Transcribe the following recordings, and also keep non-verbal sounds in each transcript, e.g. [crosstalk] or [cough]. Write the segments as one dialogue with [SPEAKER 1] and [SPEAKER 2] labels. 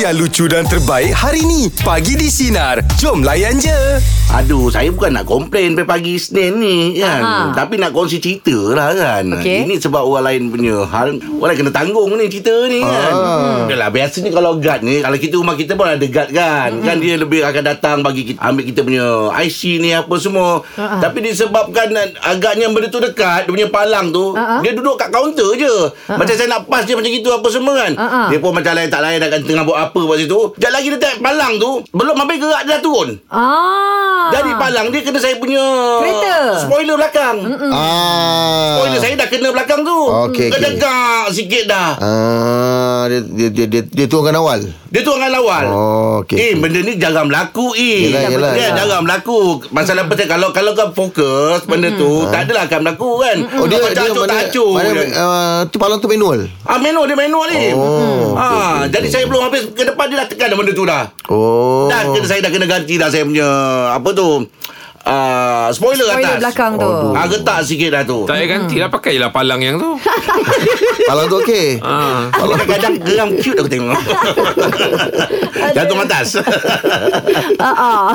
[SPEAKER 1] yang lucu dan terbaik hari ni. Pagi di Sinar. Jom layan je.
[SPEAKER 2] Aduh, saya bukan nak komplain pagi-pagi Senin ni kan.
[SPEAKER 3] Aha.
[SPEAKER 2] Tapi nak kongsi cerita lah kan.
[SPEAKER 3] Okey.
[SPEAKER 2] Ini sebab orang lain punya hal. Orang kena tanggung ni cerita ni kan. Ah. Yalah, biasanya kalau guard ni, kalau kita rumah kita pun ada guard kan. Kan dia lebih akan datang bagi kita, ambil kita punya IC ni apa semua. Tapi disebabkan ah, agaknya benda tu dekat, dia punya palang tu, dia duduk kat kaunter je. Macam saya nak pas dia macam gitu apa semua kan.
[SPEAKER 3] Ah, ah.
[SPEAKER 2] Dia pun macam lain tak lain akan tengah buat apa buat situ. Sekejap lagi dia tak palang tu, belum habis gerak dia dah turun.
[SPEAKER 3] Ah.
[SPEAKER 2] Dari palang dia kena saya punya
[SPEAKER 3] Kereta.
[SPEAKER 2] Spoiler belakang
[SPEAKER 4] Ah.
[SPEAKER 2] Spoiler saya dah kena belakang tu
[SPEAKER 4] Okey,
[SPEAKER 2] Dah
[SPEAKER 4] okey.
[SPEAKER 2] degak sikit dah
[SPEAKER 4] Ah, dia dia dia dia, dia turunkan awal.
[SPEAKER 2] Dia tu orang lawal
[SPEAKER 4] Oh, okey,
[SPEAKER 2] Eh
[SPEAKER 4] okey.
[SPEAKER 2] benda ni jarang berlaku eh
[SPEAKER 4] Yelah, yelah,
[SPEAKER 2] Dia
[SPEAKER 4] yelah.
[SPEAKER 2] jarang berlaku Masalah apa saya- Kalau kalau kau fokus Benda tu Tak adalah akan berlaku kan
[SPEAKER 4] Oh dia
[SPEAKER 2] Kau
[SPEAKER 4] dia
[SPEAKER 2] acuk-acuk,
[SPEAKER 4] mana,
[SPEAKER 2] tak acuk
[SPEAKER 4] mana
[SPEAKER 2] je.
[SPEAKER 4] uh, tu palang tu manual.
[SPEAKER 2] Ah manual dia manual ni
[SPEAKER 5] Hmm.
[SPEAKER 4] Oh,
[SPEAKER 2] ha,
[SPEAKER 4] okey, okey,
[SPEAKER 2] Jadi saya belum habis Ke depan dia dah tekan dah benda tu dah
[SPEAKER 4] Oh.
[SPEAKER 2] Dah kena, saya dah kena ganti dah Saya punya Apa tu uh, Spoiler,
[SPEAKER 3] Spoiler
[SPEAKER 2] atas
[SPEAKER 3] belakang tu.
[SPEAKER 4] Aduh.
[SPEAKER 2] Ah, getak sikit dah tu
[SPEAKER 5] Tak payah ganti lah
[SPEAKER 4] [laughs]
[SPEAKER 5] Pakai je lah palang yang tu
[SPEAKER 4] Palang tu okey.
[SPEAKER 5] ha.
[SPEAKER 2] Kalau kadang-kadang geram cute aku
[SPEAKER 3] [laughs]
[SPEAKER 2] tengok. Jantung atas.
[SPEAKER 3] Ah.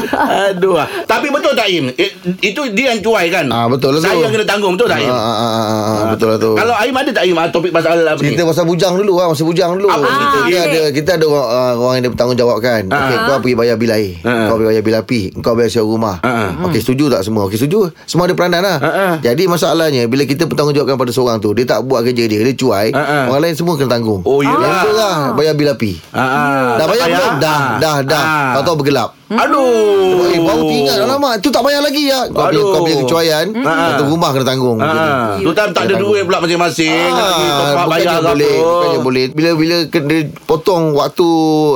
[SPEAKER 2] Aduh. ah. Tapi betul tak Im? Eh, Itu dia yang cuai kan?
[SPEAKER 4] Ah, betul lah tu.
[SPEAKER 2] Saya yang kena tanggung betul tak Im?
[SPEAKER 4] Ah, ah, ah, ah, ah, betul lah tu.
[SPEAKER 2] Kalau Im ada tak Im ah, topik pasal apa ni?
[SPEAKER 4] Cerita pasal bujang dulu ah, masa bujang dulu.
[SPEAKER 2] Apa cerita?
[SPEAKER 4] kita
[SPEAKER 3] Ah,
[SPEAKER 4] ada kita ada orang, ah, orang yang ada bertanggungjawab kan.
[SPEAKER 2] Ah.
[SPEAKER 4] Okey, kau pergi bayar bil air,
[SPEAKER 2] Ah.
[SPEAKER 4] kau pergi bayar bil api, kau bayar sewa rumah.
[SPEAKER 2] Ah.
[SPEAKER 4] Okey, setuju tak semua? Okey, setuju. Semua ada peranan lah.
[SPEAKER 2] Ah, ah.
[SPEAKER 4] Jadi masalahnya bila kita bertanggungjawabkan pada seorang tu, dia tak buat kerja dia, dia cuai,
[SPEAKER 2] Ah, ah.
[SPEAKER 4] orang lain semua kena tanggung.
[SPEAKER 2] Oh,
[SPEAKER 4] Yang
[SPEAKER 2] yelah.
[SPEAKER 4] tu lah bayar bil api.
[SPEAKER 2] Ah,
[SPEAKER 4] dah
[SPEAKER 2] tak
[SPEAKER 4] bayar belum? Dah,
[SPEAKER 2] Ah.
[SPEAKER 4] dah, dah.
[SPEAKER 2] Ah.
[SPEAKER 4] Kau tahu bergelap.
[SPEAKER 2] Aduh.
[SPEAKER 4] Oh, eh, baru ingat lama. Tu tak bayar lagi ya. Kau punya,
[SPEAKER 2] Aduh.
[SPEAKER 4] kau punya kecuaian,
[SPEAKER 2] Ah.
[SPEAKER 4] satu rumah kena tanggung.
[SPEAKER 2] Ah, tu time tak ada
[SPEAKER 4] Kena
[SPEAKER 2] duit pula masing-masing. Ah, lagi top up bayar
[SPEAKER 4] bukannya
[SPEAKER 2] apa.
[SPEAKER 4] boleh bukannya boleh bila bila kena potong waktu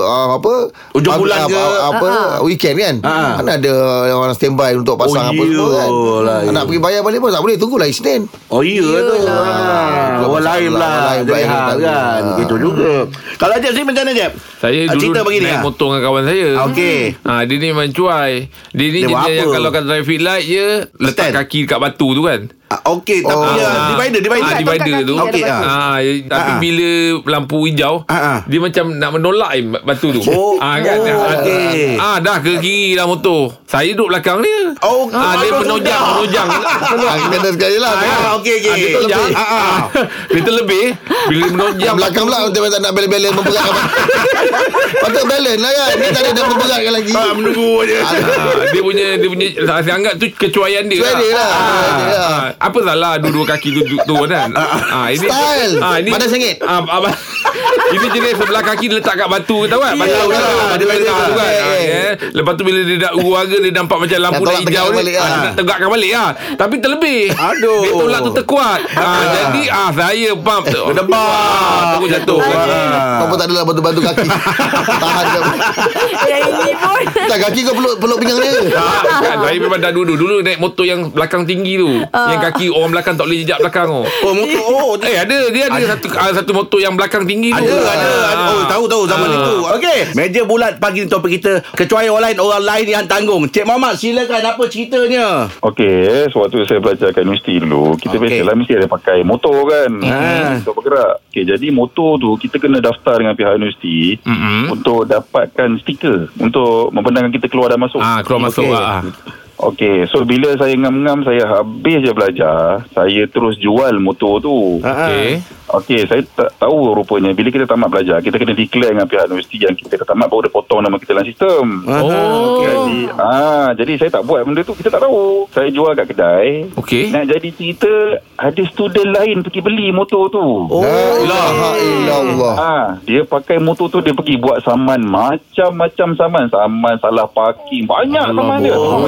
[SPEAKER 4] uh, apa
[SPEAKER 2] Hujung bulan
[SPEAKER 4] apa,
[SPEAKER 2] ke?
[SPEAKER 4] ah, apa weekend kan
[SPEAKER 2] Ah.
[SPEAKER 4] mana ada orang standby untuk pasang
[SPEAKER 2] Oh,
[SPEAKER 4] apa semua kan
[SPEAKER 2] iyalah,
[SPEAKER 4] nak
[SPEAKER 2] iya.
[SPEAKER 4] pergi bayar balik pun tak boleh tunggulah Isnin
[SPEAKER 2] Oh iya tu Ah, Orang lain pula
[SPEAKER 4] Orang lain pula
[SPEAKER 2] Jadi
[SPEAKER 4] yang
[SPEAKER 2] hal
[SPEAKER 4] datang.
[SPEAKER 2] kan
[SPEAKER 4] Ah.
[SPEAKER 2] Gitu juga Kalau Jeb sini macam mana Jeb?
[SPEAKER 5] Saya
[SPEAKER 2] Ah,
[SPEAKER 5] dulu
[SPEAKER 2] Cerita bagi ni
[SPEAKER 5] naik
[SPEAKER 2] ah?
[SPEAKER 5] motor dengan kawan saya
[SPEAKER 2] Ah, okey.
[SPEAKER 5] ha, Dia ni memang cuai Dia ni
[SPEAKER 2] Dia buat
[SPEAKER 5] jenis yang
[SPEAKER 2] apa?
[SPEAKER 5] Kalau kat traffic light je Letak
[SPEAKER 2] Stand.
[SPEAKER 5] kaki dekat batu tu kan
[SPEAKER 2] Ah, Okey tapi
[SPEAKER 4] Oh.
[SPEAKER 2] dia divider
[SPEAKER 5] Ah,
[SPEAKER 2] divider.
[SPEAKER 3] Tongkat
[SPEAKER 5] divider
[SPEAKER 3] kaki
[SPEAKER 5] tu.
[SPEAKER 3] ada
[SPEAKER 2] Okey,
[SPEAKER 3] batu.
[SPEAKER 2] ah.
[SPEAKER 5] Ah, ya, tapi
[SPEAKER 2] Ah, ah.
[SPEAKER 5] bila lampu hijau,
[SPEAKER 2] Ah, ah.
[SPEAKER 5] dia macam nak menolak eh, batu tu.
[SPEAKER 2] Oh, oh,
[SPEAKER 5] Ah,
[SPEAKER 2] okey.
[SPEAKER 5] Ah, dah ke kiri lah motor. Saya duduk belakang dia.
[SPEAKER 2] Oh,
[SPEAKER 5] ah, dia
[SPEAKER 2] aduh,
[SPEAKER 5] penojang,
[SPEAKER 2] sudah.
[SPEAKER 5] penojang.
[SPEAKER 4] ah, kena sekali lah
[SPEAKER 2] Ah, okey okey.
[SPEAKER 5] Ah, [laughs] dia terlebih.
[SPEAKER 2] Ah, ah.
[SPEAKER 5] dia terlebih. Bila dia menojang
[SPEAKER 4] yang belakang pula dia tak nak bela-bela memberatkan patut balance lah kan dia tak ada dah memberatkan lagi
[SPEAKER 2] Ah, menunggu je.
[SPEAKER 5] Ah, dia punya dia punia saya anggap tu kecuaian dia.
[SPEAKER 4] Kecuaian dia lah. Kecuaian dia lah.
[SPEAKER 5] Ah, apa salah dua-dua kaki tu tu, tu kan. Ah ini
[SPEAKER 4] Style. Badan sengit.
[SPEAKER 5] Ah, ah, [laughs] ba- ini jenis sebelah kaki dia letak kat batu tahu kan? Batu
[SPEAKER 2] Yeah,
[SPEAKER 5] tahu
[SPEAKER 2] yeah,
[SPEAKER 5] kan? Batu
[SPEAKER 2] yeah,
[SPEAKER 5] letak tu kan.
[SPEAKER 4] yeah,
[SPEAKER 5] Ah,
[SPEAKER 4] yeah.
[SPEAKER 5] eh. Lepas tu bila dia dah uara dia nampak macam lampu
[SPEAKER 4] Nak
[SPEAKER 5] dah
[SPEAKER 4] tolak
[SPEAKER 5] hijau
[SPEAKER 4] tegakkan
[SPEAKER 5] ni.
[SPEAKER 4] balik,
[SPEAKER 5] ah,
[SPEAKER 4] ah.
[SPEAKER 5] dia Nak tegakkan balik ah. Tapi terlebih.
[SPEAKER 2] Aduh.
[SPEAKER 5] Dia tolak tu terkuat. Ah jadi ah saya pump.
[SPEAKER 2] Berdebak.
[SPEAKER 5] Ah, terus jatuh. Ah.
[SPEAKER 4] kau pun tak ada lah batu-batu kaki
[SPEAKER 2] [laughs]
[SPEAKER 4] tahan kau
[SPEAKER 3] Yang ini pun.
[SPEAKER 4] tak kaki kau peluk peluk pinggang dia
[SPEAKER 5] Ah,
[SPEAKER 2] kan.
[SPEAKER 5] bukan. Saya memang dah dulu Dulu naik motor yang belakang tinggi tu Yang kaki orang belakang tak boleh jejak belakang tu
[SPEAKER 2] Oh, motor. Oh,
[SPEAKER 5] [laughs] Eh ada Dia ada, satu ah, satu motor yang belakang tinggi tu
[SPEAKER 2] Ada, ada, ada. Oh, tahu tahu zaman
[SPEAKER 5] Ah.
[SPEAKER 2] itu. Okey. Meja bulat pagi ni topik kita kecuali orang lain orang lain yang tanggung. Cik Mamat silakan apa ceritanya?
[SPEAKER 6] Okey, eh, sewaktu saya belajar kat universiti dulu, kita
[SPEAKER 2] Okey.
[SPEAKER 6] okay. biasalah mesti ada pakai motor kan.
[SPEAKER 5] Ha.
[SPEAKER 2] Ah.
[SPEAKER 6] Untuk bergerak. Okey, jadi motor tu kita kena daftar dengan pihak universiti
[SPEAKER 5] Mm-mm.
[SPEAKER 6] untuk dapatkan stiker untuk membenarkan kita keluar dan masuk.
[SPEAKER 5] Ah, keluar masuk
[SPEAKER 2] Okey.
[SPEAKER 5] ah.
[SPEAKER 6] Okey, so bila saya ngam-ngam saya habis je belajar, saya terus jual motor tu.
[SPEAKER 2] Ha.
[SPEAKER 5] Okey.
[SPEAKER 6] Okey, saya tak tahu rupanya bila kita tamat belajar, kita kena declare dengan pihak universiti yang kita dah tamat baru dia potong nama kita dalam sistem.
[SPEAKER 5] Oh.
[SPEAKER 6] Jadi, ah, jadi saya tak buat benda tu, kita tak tahu. Saya jual kat kedai.
[SPEAKER 5] Okey.
[SPEAKER 6] Nak jadi cerita, ada student lain pergi beli motor tu.
[SPEAKER 2] Oh.
[SPEAKER 4] La
[SPEAKER 2] lah.
[SPEAKER 4] ilaha illallah.
[SPEAKER 7] Ha.
[SPEAKER 6] Ah, dia pakai motor tu dia pergi buat saman macam-macam saman, saman salah parking, banyak saman dia.
[SPEAKER 4] Oh,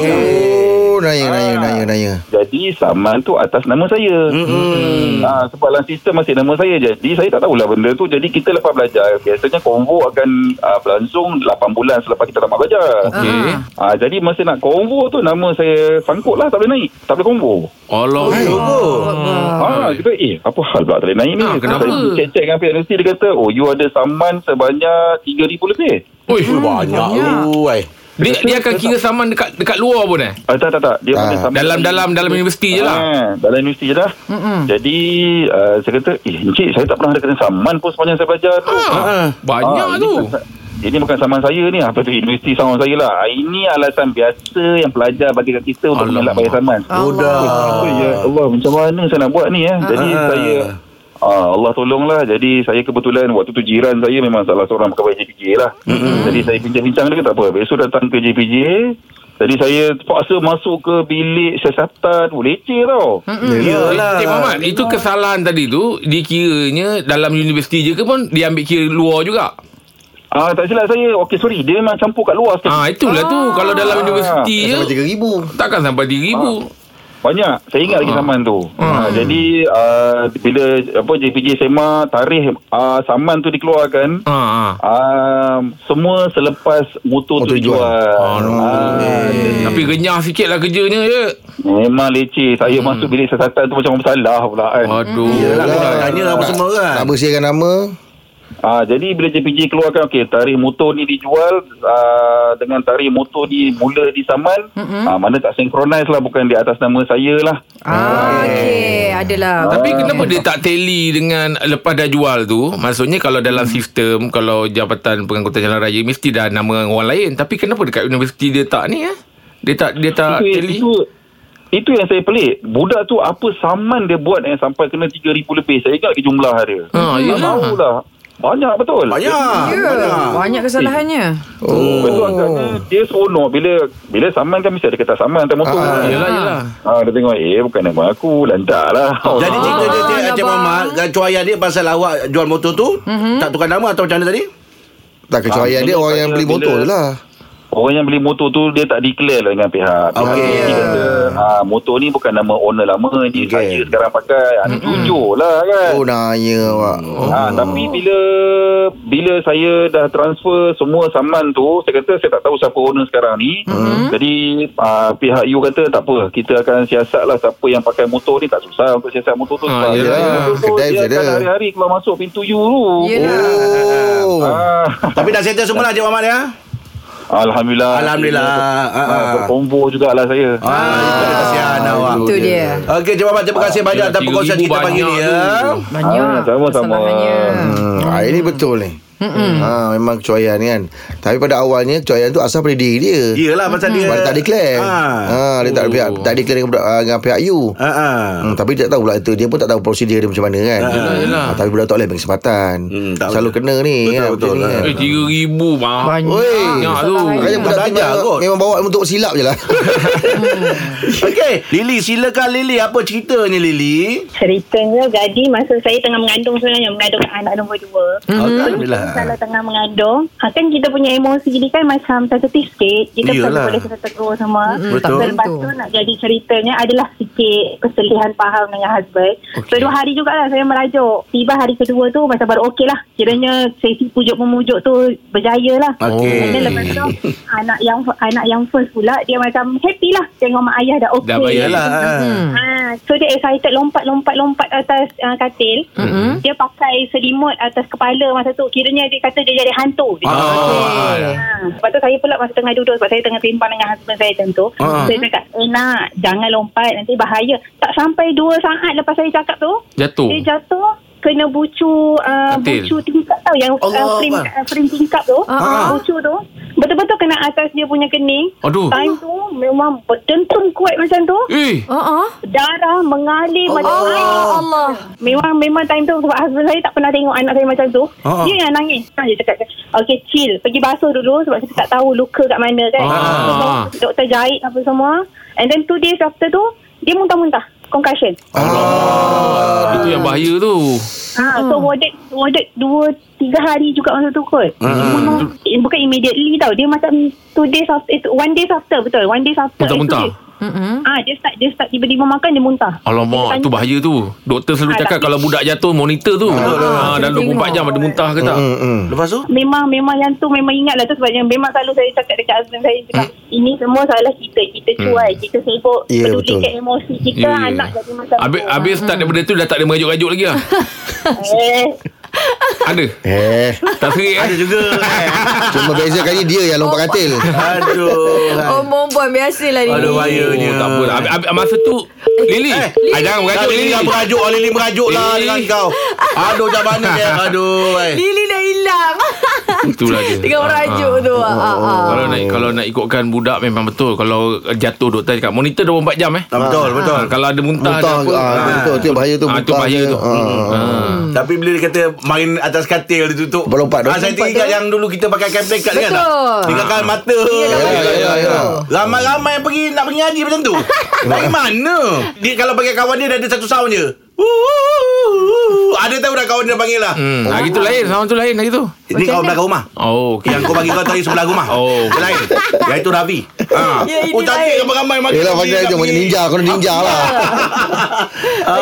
[SPEAKER 4] naya
[SPEAKER 2] Ah.
[SPEAKER 4] naya naya naya.
[SPEAKER 5] Ya.
[SPEAKER 6] Jadi saman tu atas nama saya.
[SPEAKER 5] Mm-hmm.
[SPEAKER 6] Hmm. Ha, sebab dalam sistem masih nama saya. Jadi saya tak tahulah benda tu. Jadi kita lepas belajar. Biasanya konvo akan uh, berlangsung 8 bulan selepas kita tamat belajar.
[SPEAKER 5] Okey.
[SPEAKER 6] Ha, jadi masa nak konvo tu nama saya sangkut lah. Tak boleh naik. Tak boleh konvo.
[SPEAKER 5] Allah.
[SPEAKER 6] Ha, kita eh apa hal pula tak boleh naik ni.
[SPEAKER 5] Ah, kenapa?
[SPEAKER 6] Saya pergi Cek-cek dengan pihak universiti dia kata oh you ada saman sebanyak 3,000 lebih.
[SPEAKER 5] Oi,
[SPEAKER 6] Ya.
[SPEAKER 2] Banyak tu. ai.
[SPEAKER 5] dia dia akan kira saman dekat dekat luar pun eh.
[SPEAKER 6] Ah, tak tak tak. Dia
[SPEAKER 4] Ah.
[SPEAKER 6] punya saman-
[SPEAKER 5] Dalam-dalam dalam universiti je lah.
[SPEAKER 6] Ah, dalam universiti je lah. Mm-mm. Jadi, ah, uh, saya kata, eh, Encik, saya tak pernah ada kena saman pun sepanjang saya belajar tu.
[SPEAKER 5] Ah,
[SPEAKER 6] Ah,
[SPEAKER 5] Banyak
[SPEAKER 6] ini
[SPEAKER 5] tu.
[SPEAKER 6] pasal- ini bukan saman saya ni Apa tu universiti saman saya lah Ah, Ini alasan biasa Yang pelajar bagikan kita Untuk
[SPEAKER 5] Alamak. Oh,
[SPEAKER 6] mengelak bayar saman
[SPEAKER 2] Bodoh.
[SPEAKER 6] Apa Ya Allah Macam mana saya nak buat ni eh? Jadi
[SPEAKER 2] Ah.
[SPEAKER 6] saya Ah, Allah tolonglah Jadi saya kebetulan Waktu tu jiran saya Memang salah seorang pegawai JPJ lah mm-hmm. Jadi saya bincang-bincang dia kata apa Besok datang ke JPJ Jadi saya terpaksa masuk ke bilik siasatan Oh leceh tau mm-hmm.
[SPEAKER 2] Hmm. Yalah.
[SPEAKER 5] Cik "Eh, Muhammad, itu kesalahan tadi tu dikiranya dalam universiti je ke pun diambil kira luar juga.
[SPEAKER 6] Ah, tak silap saya Okay sorry Dia memang campur kat luar sikit Ah.
[SPEAKER 5] Ah itulah tu kalau dalam universiti
[SPEAKER 4] Dah
[SPEAKER 5] je
[SPEAKER 4] sampai 3,000
[SPEAKER 5] takkan sampai 3000.
[SPEAKER 6] Banyak. Saya ingat
[SPEAKER 5] Ah.
[SPEAKER 6] lagi saman tu.
[SPEAKER 5] Hmm.
[SPEAKER 6] Ha, jadi uh, bila apa JPJ SEMA tarikh uh, saman tu dikeluarkan
[SPEAKER 5] Ha ah. Oh,
[SPEAKER 6] uh, semua selepas motor, tu
[SPEAKER 4] Motor
[SPEAKER 6] dijual.
[SPEAKER 5] Aduh. Eh.
[SPEAKER 6] Ah,
[SPEAKER 5] Tapi renyah sikit lah kerjanya Hmm. je.
[SPEAKER 6] memang leceh. Saya masuk bilik siasatan tu macam bersalah pula kan.
[SPEAKER 5] Aduh.
[SPEAKER 2] Yelah, aku nak lah, tanya
[SPEAKER 5] lah
[SPEAKER 2] apa semua kan.
[SPEAKER 4] Tak bersihkan nama
[SPEAKER 6] Ah, jadi bila JPJ keluarkan okey tarikh motor ni dijual ah, dengan tarikh motor ni mula disaman mm-hmm. ah, mana tak synchronize lah bukan di atas nama saya lah.
[SPEAKER 3] Ah, okey. Adalah.
[SPEAKER 5] Tapi kenapa dia tak tally dengan lepas dah jual tu? Maksudnya kalau dalam sistem, kalau Jabatan Pengangkutan Jalan Raya mesti dah nama orang lain. Tapi kenapa dekat universiti dia tak ni eh? Dia tak dia
[SPEAKER 4] Ah,
[SPEAKER 6] itu,
[SPEAKER 5] tak tally.
[SPEAKER 6] itu itu yang saya pelik. Budak tu apa saman dia buat yang sampai kena 3000 lebih. Saya ingat lagi jumlah dia.
[SPEAKER 5] Ha,
[SPEAKER 4] Ah,
[SPEAKER 6] tak
[SPEAKER 5] yelah.
[SPEAKER 6] tahu lah. Banyak betul.
[SPEAKER 2] Banyak. Banyak.
[SPEAKER 3] Ya. Banyak
[SPEAKER 4] Eh.
[SPEAKER 3] kesalahannya.
[SPEAKER 6] Oh. Betul agaknya dia seronok bila bila saman kan mesti ada kertas saman atas motor.
[SPEAKER 4] Ah,
[SPEAKER 6] Ah,
[SPEAKER 5] Yelah, yelah.
[SPEAKER 6] Ha, dia tengok eh bukan nama aku lah." lantaklah.
[SPEAKER 4] Oh.
[SPEAKER 2] Jadi cerita dia
[SPEAKER 3] Ah,
[SPEAKER 2] Cik- Cik
[SPEAKER 3] abang. Mhm.
[SPEAKER 2] Muhammad Kecuaian dia pasal awak Jual motor tu Tak tukar nama atau macam mana tadi
[SPEAKER 4] Tak kecuali
[SPEAKER 6] Ah,
[SPEAKER 4] dia orang
[SPEAKER 6] bila-
[SPEAKER 4] yang beli motor je lah
[SPEAKER 6] Orang yang beli motor tu dia tak declare lah dengan pihak. Pihak
[SPEAKER 2] Okey.
[SPEAKER 6] dia kata ah, motor ni bukan nama owner lama ni
[SPEAKER 2] Okey.
[SPEAKER 6] saya sekarang pakai. Ah, Jujur lah kan.
[SPEAKER 4] Oh nanya awak
[SPEAKER 6] Oh. Ha, tapi bila bila saya dah transfer semua saman tu, saya kata saya tak tahu siapa owner sekarang ni. Mm-hmm. Jadi uh, pihak you kata tak apa, kita akan siasat lah siapa yang pakai motor ni tak susah untuk siasat motor tu.
[SPEAKER 5] Ah,
[SPEAKER 6] sebab
[SPEAKER 5] yelah.
[SPEAKER 6] motor
[SPEAKER 8] Oh,
[SPEAKER 6] tu
[SPEAKER 4] Kedai
[SPEAKER 6] dia
[SPEAKER 4] je
[SPEAKER 6] akan
[SPEAKER 4] ada.
[SPEAKER 6] hari-hari keluar masuk pintu you tu.
[SPEAKER 2] Ya.
[SPEAKER 3] Yelah.
[SPEAKER 4] Oh
[SPEAKER 6] Ah,
[SPEAKER 2] [laughs] Tapi dah settle semua lah Cik Muhammad ya
[SPEAKER 6] Alhamdulillah.
[SPEAKER 2] Alhamdulillah Ah,
[SPEAKER 6] Ah,
[SPEAKER 2] ah.
[SPEAKER 6] berkombo jugalah saya.
[SPEAKER 2] Ah, itu dia kasihan awak
[SPEAKER 3] Itu dia.
[SPEAKER 2] Okey Cik Muhammad Terima kasih banyak Atas
[SPEAKER 5] Yelah,
[SPEAKER 2] perkongsian
[SPEAKER 5] 3,000
[SPEAKER 2] kita pagi
[SPEAKER 5] Ah,
[SPEAKER 2] ni
[SPEAKER 5] banyak
[SPEAKER 2] ya
[SPEAKER 5] tu.
[SPEAKER 6] Ah,
[SPEAKER 3] Banyak
[SPEAKER 6] sama-sama.
[SPEAKER 3] kesalahannya.
[SPEAKER 4] Hmm, ah, ini betul ni. Ha, memang kecuaian kan. Tapi pada awalnya kecuaian tu asal pada diri dia.
[SPEAKER 2] Yelah pasal dia
[SPEAKER 4] Sebab dia Hmm. tak declare. Ha, dia tak
[SPEAKER 5] Oh.
[SPEAKER 4] pihak, tak declare dengan, budak- ah, dengan pihak you.
[SPEAKER 2] Ha ah.
[SPEAKER 4] Hmm, tapi dia tak tahu pula itu Dia pun tak tahu prosedur dia macam mana kan
[SPEAKER 5] Yelah, yelah.
[SPEAKER 4] Ah, Tapi budak tak boleh bagi kesempatan
[SPEAKER 2] Hmm, tak
[SPEAKER 4] Selalu
[SPEAKER 2] boleh.
[SPEAKER 4] kena ni
[SPEAKER 2] Betul,
[SPEAKER 4] kan,
[SPEAKER 2] betul
[SPEAKER 4] macam ni
[SPEAKER 2] lah.
[SPEAKER 5] Eh, 3000 bang.
[SPEAKER 3] Banyak
[SPEAKER 5] Banyak
[SPEAKER 4] Oi.
[SPEAKER 5] tu.
[SPEAKER 4] Makanya
[SPEAKER 3] kesalahannya.
[SPEAKER 4] budak tu
[SPEAKER 2] Belajar
[SPEAKER 4] memang,
[SPEAKER 2] kot.
[SPEAKER 4] memang bawa untuk silap
[SPEAKER 3] [laughs]
[SPEAKER 4] je lah
[SPEAKER 3] Hmm.
[SPEAKER 2] Okey Lili silakan Lili Apa cerita ni Lili
[SPEAKER 9] Ceritanya jadi masa saya tengah mengandung sebenarnya mengandung anak nombor dua.
[SPEAKER 2] Mhm. Alhamdulillah
[SPEAKER 9] Kalau tengah mengandung, ha, kan kita punya emosi ni kan macam sensitif sikit. Kita bukan
[SPEAKER 2] Iyalah.
[SPEAKER 9] boleh kena tegur semua.
[SPEAKER 2] Mm-mm, Betul.
[SPEAKER 9] So, Lepas tu nak jadi ceritanya adalah sikit keselihan faham dengan husband.
[SPEAKER 5] Okey.
[SPEAKER 9] Okay. So, dua hari jugalah saya merajuk. Tiba hari kedua tu macam baru okey lah. Kiranya sesi pujuk memujuk tu berjaya lah.
[SPEAKER 2] Okey.
[SPEAKER 9] And then lepas tu anak yang anak yang first pula dia macam happy lah tengok mak ayah dah okey.
[SPEAKER 5] Dah bayar lah.
[SPEAKER 2] Yelah ah.
[SPEAKER 5] Hmm.
[SPEAKER 9] Ah, so dia excited lompat-lompat-lompat atas uh, katil.
[SPEAKER 5] Hmm.
[SPEAKER 9] Mm-hmm. Dia pakai selimut atas kepala masa tu. Kiranya dia kata dia jadi hantu. Dia
[SPEAKER 5] Ah.
[SPEAKER 9] okay. ha. Sebab tu saya pula masa tengah duduk sebab saya tengah timpang dengan husband saya tentu.
[SPEAKER 2] Ah.
[SPEAKER 9] Saya cakap, "Eh nak, jangan lompat nanti bahaya." Tak sampai 2 saat lepas saya cakap tu,
[SPEAKER 5] Jatuh.
[SPEAKER 9] dia jatuh kena bucu uh,
[SPEAKER 5] Katil.
[SPEAKER 9] bucu tingkap tau yang
[SPEAKER 2] Allah
[SPEAKER 9] uh, frame,
[SPEAKER 2] Akbar.
[SPEAKER 9] uh, frame tingkap tu
[SPEAKER 3] Ah.
[SPEAKER 9] bucu tu betul-betul kena atas dia punya kening
[SPEAKER 5] Aduh.
[SPEAKER 9] time tu memang berdentum kuat macam tu
[SPEAKER 5] Eh.
[SPEAKER 3] Ah, ah.
[SPEAKER 9] darah mengalir macam air.
[SPEAKER 3] Allah. Allah.
[SPEAKER 9] Memang memang time tu sebab husband saya tak pernah tengok anak saya macam tu.
[SPEAKER 5] Uh-uh.
[SPEAKER 2] Ah.
[SPEAKER 9] Dia yang nangis. Ha, dia cakap, okay chill. Pergi basuh dulu sebab kita tak tahu luka kat mana kan.
[SPEAKER 5] Ah.
[SPEAKER 9] So, bawa pergi doktor jahit apa semua. And then two days after tu, dia muntah-muntah. Concussion.
[SPEAKER 5] Ah. Itu yang bahaya tu.
[SPEAKER 9] Ha, so warded, warded dua, tiga hari juga masa tu kot.
[SPEAKER 5] Ah.
[SPEAKER 9] Memang- eh, Bukan immediately tau. Dia macam two days after, eh, one day after betul. One day after.
[SPEAKER 5] Muntah-muntah.
[SPEAKER 3] Mm-mm.
[SPEAKER 9] Ah, ha, dia start dia start tiba-tiba makan dia muntah.
[SPEAKER 5] Alamak,
[SPEAKER 9] Dia
[SPEAKER 5] tu
[SPEAKER 9] tanya-
[SPEAKER 5] bahaya tu. Doktor selalu
[SPEAKER 9] Ah,
[SPEAKER 5] cakap
[SPEAKER 9] tapi-
[SPEAKER 5] kalau budak jatuh monitor tu. Ha,
[SPEAKER 3] kena
[SPEAKER 5] dalam
[SPEAKER 3] Ah,
[SPEAKER 5] 24
[SPEAKER 3] tengok.
[SPEAKER 5] jam ada muntah ke tak?
[SPEAKER 4] hmm, hmm.
[SPEAKER 2] Lepas tu
[SPEAKER 9] Memang memang yang tu memang ingat lah tu sebab yang memang selalu saya cakap dekat husband saya cakap hmm. ini semua salah kita kita cuai hmm. kita sibuk
[SPEAKER 4] Ya,
[SPEAKER 9] yeah,
[SPEAKER 4] betul.
[SPEAKER 9] pedulikan emosi kita yeah. anak jadi macam
[SPEAKER 5] Habis,
[SPEAKER 9] tu.
[SPEAKER 5] habis start daripada tu dah tak ada merajuk-rajuk lagi lah.
[SPEAKER 9] eh,
[SPEAKER 5] ada.
[SPEAKER 4] Eh
[SPEAKER 5] Tak serik eh?
[SPEAKER 2] Ada
[SPEAKER 4] [laughs]
[SPEAKER 2] juga eh.
[SPEAKER 4] Cuma beza kali dia yang lompat katil
[SPEAKER 2] Aduh Eh.
[SPEAKER 3] Oh, perempuan biasalah ni.
[SPEAKER 2] Aduh bahaya Rasanya
[SPEAKER 5] Oh, tak apa. Ab, ab, masa tu Lily, eh, Lily. jangan
[SPEAKER 2] Kau
[SPEAKER 5] merajuk
[SPEAKER 2] Lily
[SPEAKER 5] Lily.
[SPEAKER 2] dah merajuk Oh Lily merajuk lah
[SPEAKER 5] Lily.
[SPEAKER 2] dengan
[SPEAKER 3] [laughs]
[SPEAKER 2] kau Aduh macam mana dia Aduh eh.
[SPEAKER 3] Lili dah hilang [laughs]
[SPEAKER 5] Itulah dia.
[SPEAKER 3] Dengan orang rajuk tu Ah, ah, ah.
[SPEAKER 5] Kalau nak kalau nak ikutkan budak memang betul. Kalau jatuh duk tadi kat monitor 24 jam eh.
[SPEAKER 2] Ah, Betul betul
[SPEAKER 5] Ha, kalau ada muntah,
[SPEAKER 4] Muntah
[SPEAKER 5] ada apa.
[SPEAKER 4] ah,
[SPEAKER 5] ha.
[SPEAKER 4] betul tu yang bahaya tu
[SPEAKER 5] Ah, tu
[SPEAKER 4] muntah
[SPEAKER 5] bahaya
[SPEAKER 4] dia.
[SPEAKER 5] tu.
[SPEAKER 4] Ah.
[SPEAKER 5] Ha.
[SPEAKER 2] Tapi bila dia kata Main atas katil dia tutup
[SPEAKER 4] Berlompat,
[SPEAKER 2] ah, Saya
[SPEAKER 4] berlompat
[SPEAKER 2] teringat yang dulu Kita pakai kain plekat kan
[SPEAKER 3] Betul.
[SPEAKER 5] Ah.
[SPEAKER 2] Tinggalkan mata
[SPEAKER 4] Ya, ya, ya.
[SPEAKER 2] Ramai-ramai yang pergi Nak pergi ngaji macam tu Dari mana Dia kalau pakai kawan dia Dia ada satu sound je Ada tahu dah kawan dia panggil lah
[SPEAKER 5] Hmm, hari tu lain, sama tu lain hari tu.
[SPEAKER 2] Ini kawan belakang rumah
[SPEAKER 5] Oh, okay.
[SPEAKER 2] Yang kau bagi kau tadi sebelah rumah
[SPEAKER 5] Oh.
[SPEAKER 2] Dia lain Yang itu Ravi ha.
[SPEAKER 3] Ya, ini
[SPEAKER 2] Oh cantik ramai-ramai makan
[SPEAKER 4] Yelah
[SPEAKER 2] pergi
[SPEAKER 4] pakai
[SPEAKER 2] kat
[SPEAKER 4] je macam
[SPEAKER 2] pergi.
[SPEAKER 4] ninja Kau ninja
[SPEAKER 3] [laughs]
[SPEAKER 4] lah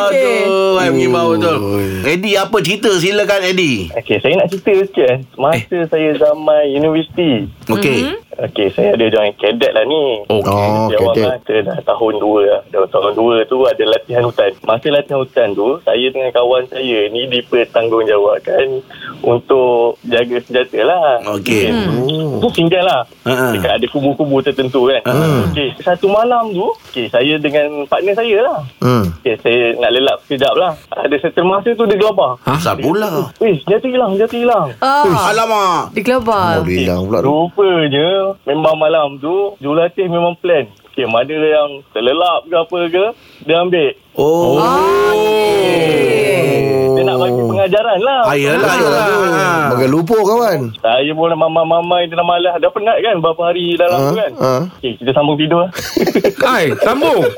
[SPEAKER 3] Okey.
[SPEAKER 2] Aduh Saya mengimbau betul Eddie apa cerita Silakan Eddie
[SPEAKER 8] Okey, saya nak cerita sikit. Masa eh. saya zaman universiti. Mm-hmm.
[SPEAKER 2] Okey
[SPEAKER 8] Okey, saya ada join cadet lah ni.
[SPEAKER 5] Okay.
[SPEAKER 4] Oh
[SPEAKER 8] Dia
[SPEAKER 4] okay,
[SPEAKER 8] orang kata dah tahun 2 lah. Dah tahun 2 tu ada latihan hutan. Masa latihan hutan tu, saya dengan kawan saya ni dipertanggungjawabkan untuk jaga senjata lah.
[SPEAKER 2] Okey.
[SPEAKER 8] Hmm. Tinggal lah.
[SPEAKER 2] Ha-ha.
[SPEAKER 8] Uh-huh. Dekat ada kubu-kubu tertentu kan. Uh-huh. Okey, satu malam tu, okey, saya dengan partner saya lah.
[SPEAKER 4] Hmm.
[SPEAKER 8] Okey, saya nak lelap sekejap lah. Ada satu masa tu dia gelabah.
[SPEAKER 2] Asal pula
[SPEAKER 8] Weh, senjata hilang, senjata hilang.
[SPEAKER 3] Ah,
[SPEAKER 2] Alamak
[SPEAKER 3] Di
[SPEAKER 10] Ah,
[SPEAKER 8] Oh,
[SPEAKER 3] global
[SPEAKER 4] Boleh hilang pula tu
[SPEAKER 8] Rupanya Memang malam tu Jurulatih memang plan Okay mana yang Terlelap ke apa ke Dia ambil
[SPEAKER 2] Oh,
[SPEAKER 8] Dia nak bagi pengajaran lah
[SPEAKER 2] Ah, Yelah
[SPEAKER 4] Eh, oh. Ayolah tu Makan lumpur kawan
[SPEAKER 8] Saya pun mamai-mamai Dia dah malas Dah penat kan Berapa hari dalam tu
[SPEAKER 4] Ha,
[SPEAKER 8] kan
[SPEAKER 4] ha.
[SPEAKER 8] Okay kita sambung tidur lah
[SPEAKER 5] [laughs] Hai, sambung.
[SPEAKER 8] [laughs]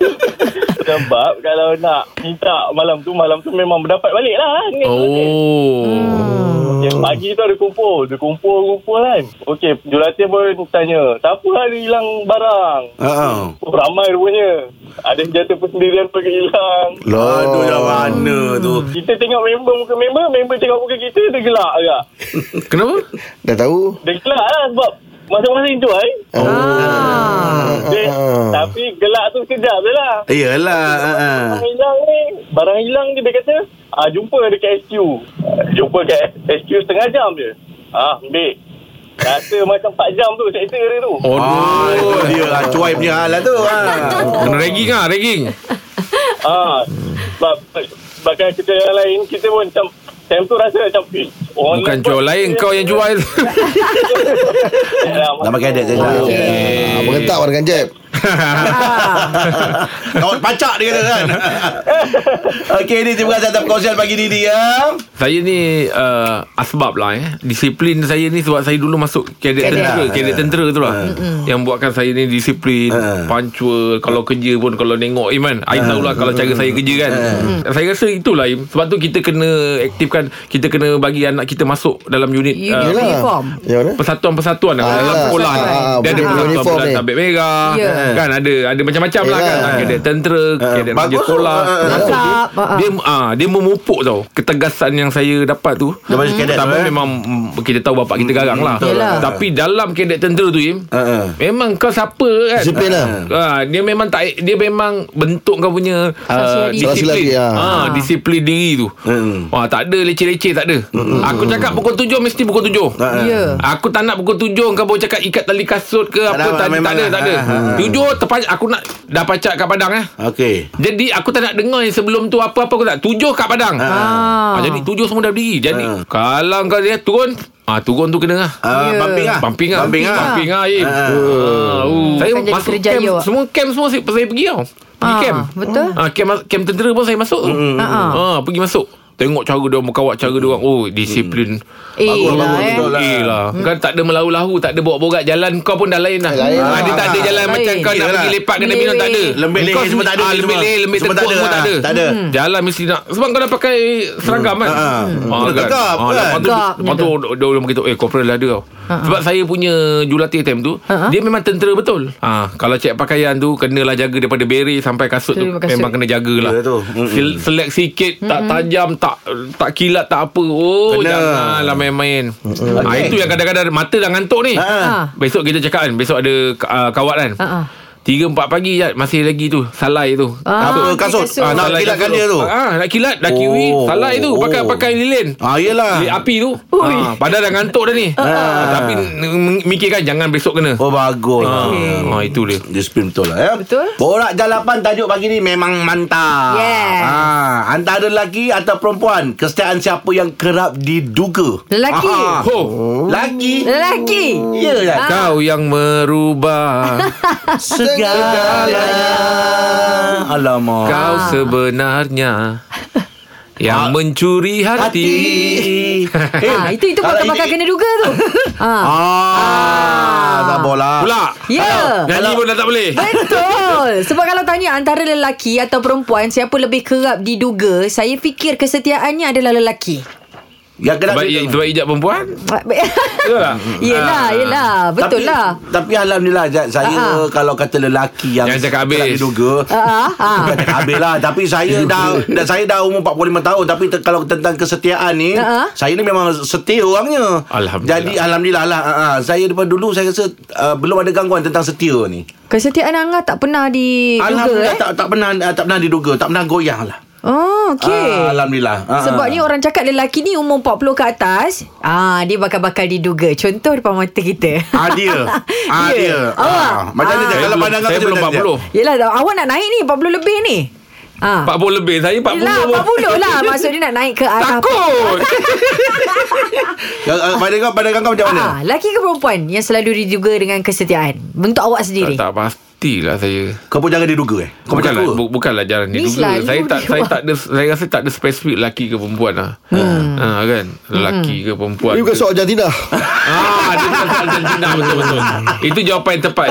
[SPEAKER 8] Sebab kalau nak Minta malam tu Malam tu memang berdapat balik lah kan?
[SPEAKER 5] Oh.
[SPEAKER 8] Yang pagi tu ada kumpul Dia kumpul-kumpul kan Okay Jurulatih pun tanya Siapa ada hilang barang
[SPEAKER 2] Ah.
[SPEAKER 8] Oh, ramai rupanya Ada senjata persendirian pun hilang
[SPEAKER 2] Aduh
[SPEAKER 5] ya
[SPEAKER 2] dah mana tu
[SPEAKER 8] Kita tengok member muka member Member tengok muka kita Dia gelak agak
[SPEAKER 5] Kenapa?
[SPEAKER 4] Dah tahu
[SPEAKER 8] Dia gelak lah sebab Masa-masa enjoy
[SPEAKER 3] Ah.
[SPEAKER 8] dia,
[SPEAKER 4] Ah.
[SPEAKER 8] Tapi gelak tu sekejap je lah
[SPEAKER 2] Yelah ah, ah.
[SPEAKER 8] Barang hilang ni Barang hilang je dia kata ah, Jumpa dekat SQ Ah, Jumpa kat SQ setengah jam je Ah, ambil Rasa [laughs] macam 4 jam tu Sektor dia tu
[SPEAKER 5] Oh,
[SPEAKER 2] Ah, itu dia ah, Cuai punya hal lah tu ah.
[SPEAKER 5] Kena ragging ah, ragging.
[SPEAKER 8] Ah, sebab Sebab kan kita yang lain Kita pun macam Time tu rasa macam eh, orang
[SPEAKER 5] Bukan
[SPEAKER 8] lain
[SPEAKER 5] jual
[SPEAKER 8] pun-
[SPEAKER 5] lain kau yang [laughs]
[SPEAKER 8] [laughs]
[SPEAKER 5] jual.
[SPEAKER 3] Ya,
[SPEAKER 8] Alamak.
[SPEAKER 2] Nama kedek je lah
[SPEAKER 4] Ah, Mengentak warna jeb
[SPEAKER 2] [laughs] Kawan pacak dia kata
[SPEAKER 3] [laughs]
[SPEAKER 2] kan Okey ni terima kasih atas perkongsian pagi ni dia
[SPEAKER 5] saya ni uh, asbab lah eh. Disiplin saya ni sebab saya dulu masuk
[SPEAKER 3] Kadet.
[SPEAKER 5] kadet tentera, kadet tentera tu lah. Yang buatkan saya ni disiplin,
[SPEAKER 2] Ah.
[SPEAKER 5] punctual, kalau kerja pun kalau nengok Im kan. Im tahulah kalau cara saya kerja kan. Saya rasa itulah Im. Sebab tu kita kena aktifkan, kita kena bagi anak kita masuk dalam unit
[SPEAKER 3] Unit.
[SPEAKER 5] uh,
[SPEAKER 4] Yelah
[SPEAKER 3] Uniform.
[SPEAKER 4] Ya mana
[SPEAKER 5] persatuan-persatuan lah
[SPEAKER 4] Ah,
[SPEAKER 5] dalam
[SPEAKER 4] yelah.
[SPEAKER 5] sekolah ni.
[SPEAKER 4] Ah,
[SPEAKER 5] Dia ada
[SPEAKER 4] boleh
[SPEAKER 5] persatuan
[SPEAKER 4] uniform
[SPEAKER 5] bulan
[SPEAKER 4] ni. Ya.
[SPEAKER 5] tabik merah
[SPEAKER 3] Ya.
[SPEAKER 5] kan ada ada macam-macam lah kan.
[SPEAKER 4] Yelah.
[SPEAKER 5] Kadet
[SPEAKER 4] Ah,
[SPEAKER 5] tentera, kadet raja
[SPEAKER 2] Bagus tu.
[SPEAKER 5] sekolah.
[SPEAKER 2] Ah, ah, ah.
[SPEAKER 5] Masuk tu,
[SPEAKER 3] Lengkap. Ah, ah.
[SPEAKER 5] Dia ah dia memupuk tau. Ketegasan yang saya dapat tu.
[SPEAKER 2] Dia masih kadet
[SPEAKER 5] Pertama
[SPEAKER 2] tu, eh? Hmm,
[SPEAKER 5] memang mm, kita tahu bapak kita garang lah.
[SPEAKER 3] Yelah.
[SPEAKER 5] Tapi dalam kadet tentera tu Im,
[SPEAKER 2] Ah, ah.
[SPEAKER 5] memang kau siapa kan?
[SPEAKER 4] Disiplin lah.
[SPEAKER 5] Ah, dia memang tak dia memang bentuk kau punya ah,
[SPEAKER 3] Sosialisasi.
[SPEAKER 5] disiplin.
[SPEAKER 4] Sosialisasi, ah.
[SPEAKER 5] Ah, disiplin diri tu.
[SPEAKER 2] Hmm.
[SPEAKER 5] Wah, tak ada leceh-leceh tak ada. Aku cakap pukul 7 mesti pukul 7.
[SPEAKER 2] Ah, ah.
[SPEAKER 3] Ya
[SPEAKER 5] Aku tak nak pukul tujuh Kau baru cakap ikat tali kasut ke
[SPEAKER 2] Tak
[SPEAKER 5] Apa
[SPEAKER 2] ada,
[SPEAKER 5] tak, tak,
[SPEAKER 2] memang
[SPEAKER 5] ada
[SPEAKER 2] lah.
[SPEAKER 5] Tak ada
[SPEAKER 2] Ha, ha, ha.
[SPEAKER 5] Jujur terpajak Aku nak Dah pacak kat padang eh
[SPEAKER 2] Okey
[SPEAKER 5] jadi aku tak nak dengar yang sebelum tu apa-apa aku tak. Tujuh kat padang.
[SPEAKER 3] Ah.
[SPEAKER 5] Ah. jadi tujuh semua dah berdiri. Jadi
[SPEAKER 2] Ah.
[SPEAKER 5] kalau kau dia turun, ah turun tu kena lah.
[SPEAKER 2] Ah,
[SPEAKER 3] Ya.
[SPEAKER 2] Bumping lah
[SPEAKER 5] Bumping ah.
[SPEAKER 2] Bumping ah.
[SPEAKER 5] Bumping ah. Im.
[SPEAKER 2] Ah.
[SPEAKER 5] Ah, uh. Saya
[SPEAKER 3] Akan jadi
[SPEAKER 5] masuk
[SPEAKER 3] kerjaya
[SPEAKER 5] camp,
[SPEAKER 3] awak.
[SPEAKER 5] semua camp semua saya, saya pergi tau. Pergi
[SPEAKER 3] Ah,
[SPEAKER 5] camp.
[SPEAKER 3] betul.
[SPEAKER 5] Ah, camp, camp tentera pun saya masuk. Mm.
[SPEAKER 3] Ah, ah.
[SPEAKER 5] Ah, pergi masuk. Tengok cara dia orang berkawat, cara dia orang. Oh, disiplin.
[SPEAKER 3] Eh
[SPEAKER 2] Bagus,
[SPEAKER 3] lah
[SPEAKER 2] bagus,
[SPEAKER 3] eh
[SPEAKER 2] betul lah.
[SPEAKER 5] Eh lah Kan tak ada melahu-lahu Tak ada borak-borak Jalan kau pun dah lain
[SPEAKER 2] Eh,
[SPEAKER 5] dah
[SPEAKER 4] Lain lah.
[SPEAKER 5] Ah, Dia tak ada jalan
[SPEAKER 3] Lain.
[SPEAKER 5] Macam kau nak
[SPEAKER 2] Yelah.
[SPEAKER 5] pergi lepak Kena minum tak ada
[SPEAKER 2] Lembik leher
[SPEAKER 5] Kau
[SPEAKER 2] semua tak ada
[SPEAKER 5] ah,
[SPEAKER 2] semua.
[SPEAKER 5] Lembik leher Lembik
[SPEAKER 2] Semua
[SPEAKER 5] tekuk
[SPEAKER 2] tak ada,
[SPEAKER 5] semua tak
[SPEAKER 2] ah,
[SPEAKER 5] ada
[SPEAKER 2] tak ada.
[SPEAKER 5] Hmm. Jalan mesti nak Sebab kau dah pakai Seragam kan
[SPEAKER 2] ah, ah.
[SPEAKER 5] Ah,
[SPEAKER 2] Kena
[SPEAKER 5] kan?
[SPEAKER 2] tegap,
[SPEAKER 5] Ah,
[SPEAKER 2] kan?
[SPEAKER 5] Lepas tu
[SPEAKER 3] Tegap
[SPEAKER 5] Lepas tu Dia orang beritahu Eh corporal ada tau
[SPEAKER 3] Ah,
[SPEAKER 5] Sebab saya punya Jurulatih time tu
[SPEAKER 3] Ha,
[SPEAKER 5] Dia memang tentera betul Ah, Kalau cek pakaian tu Kenalah jaga Daripada beret Sampai kasut tu
[SPEAKER 3] Terima kasih.
[SPEAKER 5] Memang kena jagalah
[SPEAKER 2] Ya, tu. Mm-mm.
[SPEAKER 5] Sel- Select sikit Tak tajam Tak tak kilat Tak apa Oh
[SPEAKER 2] Kena.
[SPEAKER 5] Janganlah main-main ah,
[SPEAKER 2] Okey.
[SPEAKER 5] Itu yang kadang-kadang Mata dah ngantuk ni
[SPEAKER 2] Ah.
[SPEAKER 3] Ah.
[SPEAKER 5] Besok kita cakap kan Besok ada uh, kawat kan
[SPEAKER 3] Ah, ah.
[SPEAKER 5] 3 4 pagi Jad, masih lagi tu salai tu.
[SPEAKER 3] Ah,
[SPEAKER 2] Apa kasut?
[SPEAKER 3] kasut.
[SPEAKER 2] Ah, nak
[SPEAKER 5] salai
[SPEAKER 2] kilatkan
[SPEAKER 5] kasut.
[SPEAKER 2] dia tu.
[SPEAKER 5] Ah, nak kilat dah kiwi
[SPEAKER 2] Oh.
[SPEAKER 5] salai tu pakai
[SPEAKER 2] Oh.
[SPEAKER 5] pakai lilin.
[SPEAKER 2] Ah, yelah.
[SPEAKER 5] Di api tu. Ha, padahal dah ngantuk dah ni. Ha, tapi n- mikirkan jangan besok kena.
[SPEAKER 2] Oh bagus
[SPEAKER 5] Ha,
[SPEAKER 2] okay.
[SPEAKER 5] ha itu dia.
[SPEAKER 2] Dia spin betul lah ya
[SPEAKER 3] Betul.
[SPEAKER 2] Borak jalapan tajuk pagi ni memang mantap
[SPEAKER 3] Yes.
[SPEAKER 2] ha, Antara lelaki atau perempuan Kesetiaan siapa yang kerap diduga
[SPEAKER 3] Lelaki.
[SPEAKER 2] Ah,
[SPEAKER 5] Ho,
[SPEAKER 2] Lelaki
[SPEAKER 3] Lelaki.
[SPEAKER 2] Yelah
[SPEAKER 3] Ah. [laughs]
[SPEAKER 5] kau yang merubah
[SPEAKER 2] Segalanya lah. Ah, Alamak
[SPEAKER 5] kau sebenarnya yang
[SPEAKER 2] Ah.
[SPEAKER 5] mencuri hati.
[SPEAKER 2] Hati.
[SPEAKER 3] Ah, itu itu
[SPEAKER 2] kalau
[SPEAKER 3] kau bakal
[SPEAKER 2] ini-
[SPEAKER 3] kena duga tu. ah.
[SPEAKER 2] Ah, tak boleh
[SPEAKER 5] Pula. Ah,
[SPEAKER 3] Ya.
[SPEAKER 5] Nyanyi pun dah tak boleh.
[SPEAKER 3] Betul. Sebab kalau tanya antara lelaki atau perempuan siapa lebih kerap diduga, saya fikir kesetiaannya adalah lelaki.
[SPEAKER 2] Yang kena
[SPEAKER 5] Sebab, sebab ijab perempuan. Betul tak?
[SPEAKER 3] yelah,
[SPEAKER 5] Ah.
[SPEAKER 3] yelah. Betul
[SPEAKER 2] Ha. tapi,
[SPEAKER 3] lah.
[SPEAKER 2] Tapi alhamdulillah Jad, Saya
[SPEAKER 3] Ah,
[SPEAKER 2] kalau kata lelaki Yang
[SPEAKER 5] Jangan cakap habis.
[SPEAKER 2] tak diduga
[SPEAKER 3] Ah, ah.
[SPEAKER 2] Bukan cakap habis lah Tapi
[SPEAKER 5] [laughs]
[SPEAKER 2] saya dah, dah Saya dah umur 45 tahun Tapi te, kalau tentang kesetiaan ni
[SPEAKER 3] Ah, ah.
[SPEAKER 2] Saya ni memang setia orangnya
[SPEAKER 5] Alhamdulillah.
[SPEAKER 2] Jadi Alhamdulillah lah ah, ah. Saya daripada dulu Saya rasa uh, Belum ada gangguan tentang setia ni
[SPEAKER 3] Kesetiaan Angah tak pernah diduga
[SPEAKER 2] Alhamdulillah
[SPEAKER 3] eh.
[SPEAKER 2] tak, tak pernah tak pernah diduga Tak pernah goyang lah
[SPEAKER 3] Oh, okey.
[SPEAKER 2] Ah, Alhamdulillah Ah,
[SPEAKER 3] Sebabnya
[SPEAKER 2] ah.
[SPEAKER 3] orang cakap lelaki ni umur 40 ke atas, ah dia bakal-bakal diduga. Contoh depan mata kita.
[SPEAKER 2] Ah
[SPEAKER 3] [laughs]
[SPEAKER 2] dia Ah
[SPEAKER 3] Ya.
[SPEAKER 2] dia
[SPEAKER 3] Awak?
[SPEAKER 2] ah. Macam
[SPEAKER 3] Ah.
[SPEAKER 2] mana
[SPEAKER 5] Saya
[SPEAKER 2] Jad, kalau
[SPEAKER 5] belum,
[SPEAKER 2] pandangan
[SPEAKER 5] saya
[SPEAKER 2] macam
[SPEAKER 5] belum
[SPEAKER 2] mana, Jad?
[SPEAKER 5] 40.
[SPEAKER 3] Yelah, awak nak naik ni 40 lebih ni. Ah.
[SPEAKER 5] 40 lebih Saya 40
[SPEAKER 3] Yelah,
[SPEAKER 5] pun.
[SPEAKER 3] 40 lah. Maksudnya nak naik ke arah
[SPEAKER 5] Takut
[SPEAKER 2] Ya, ah, Pandangan pandangan kau macam mana
[SPEAKER 3] Ah, lelaki ke perempuan yang selalu diduga dengan kesetiaan? Bentuk awak sendiri.
[SPEAKER 5] tak, tak pastilah saya
[SPEAKER 2] Kau pun jangan diduga eh Kau pun
[SPEAKER 5] bukanlah,
[SPEAKER 2] takut
[SPEAKER 5] bu, bukanlah jarang
[SPEAKER 3] Ni
[SPEAKER 5] dia duga.
[SPEAKER 3] selalu
[SPEAKER 5] Saya tak
[SPEAKER 3] dia
[SPEAKER 5] saya
[SPEAKER 3] buat.
[SPEAKER 5] tak ada saya rasa tak ada spesifik lelaki ke perempuan lah. Hmm. Ha kan. Lelaki ke perempuan.
[SPEAKER 4] Ini bukan
[SPEAKER 5] ke.
[SPEAKER 4] soal jantina
[SPEAKER 5] Ah, dia bukan soal jantina betul betul. Itu jawapan yang tepat.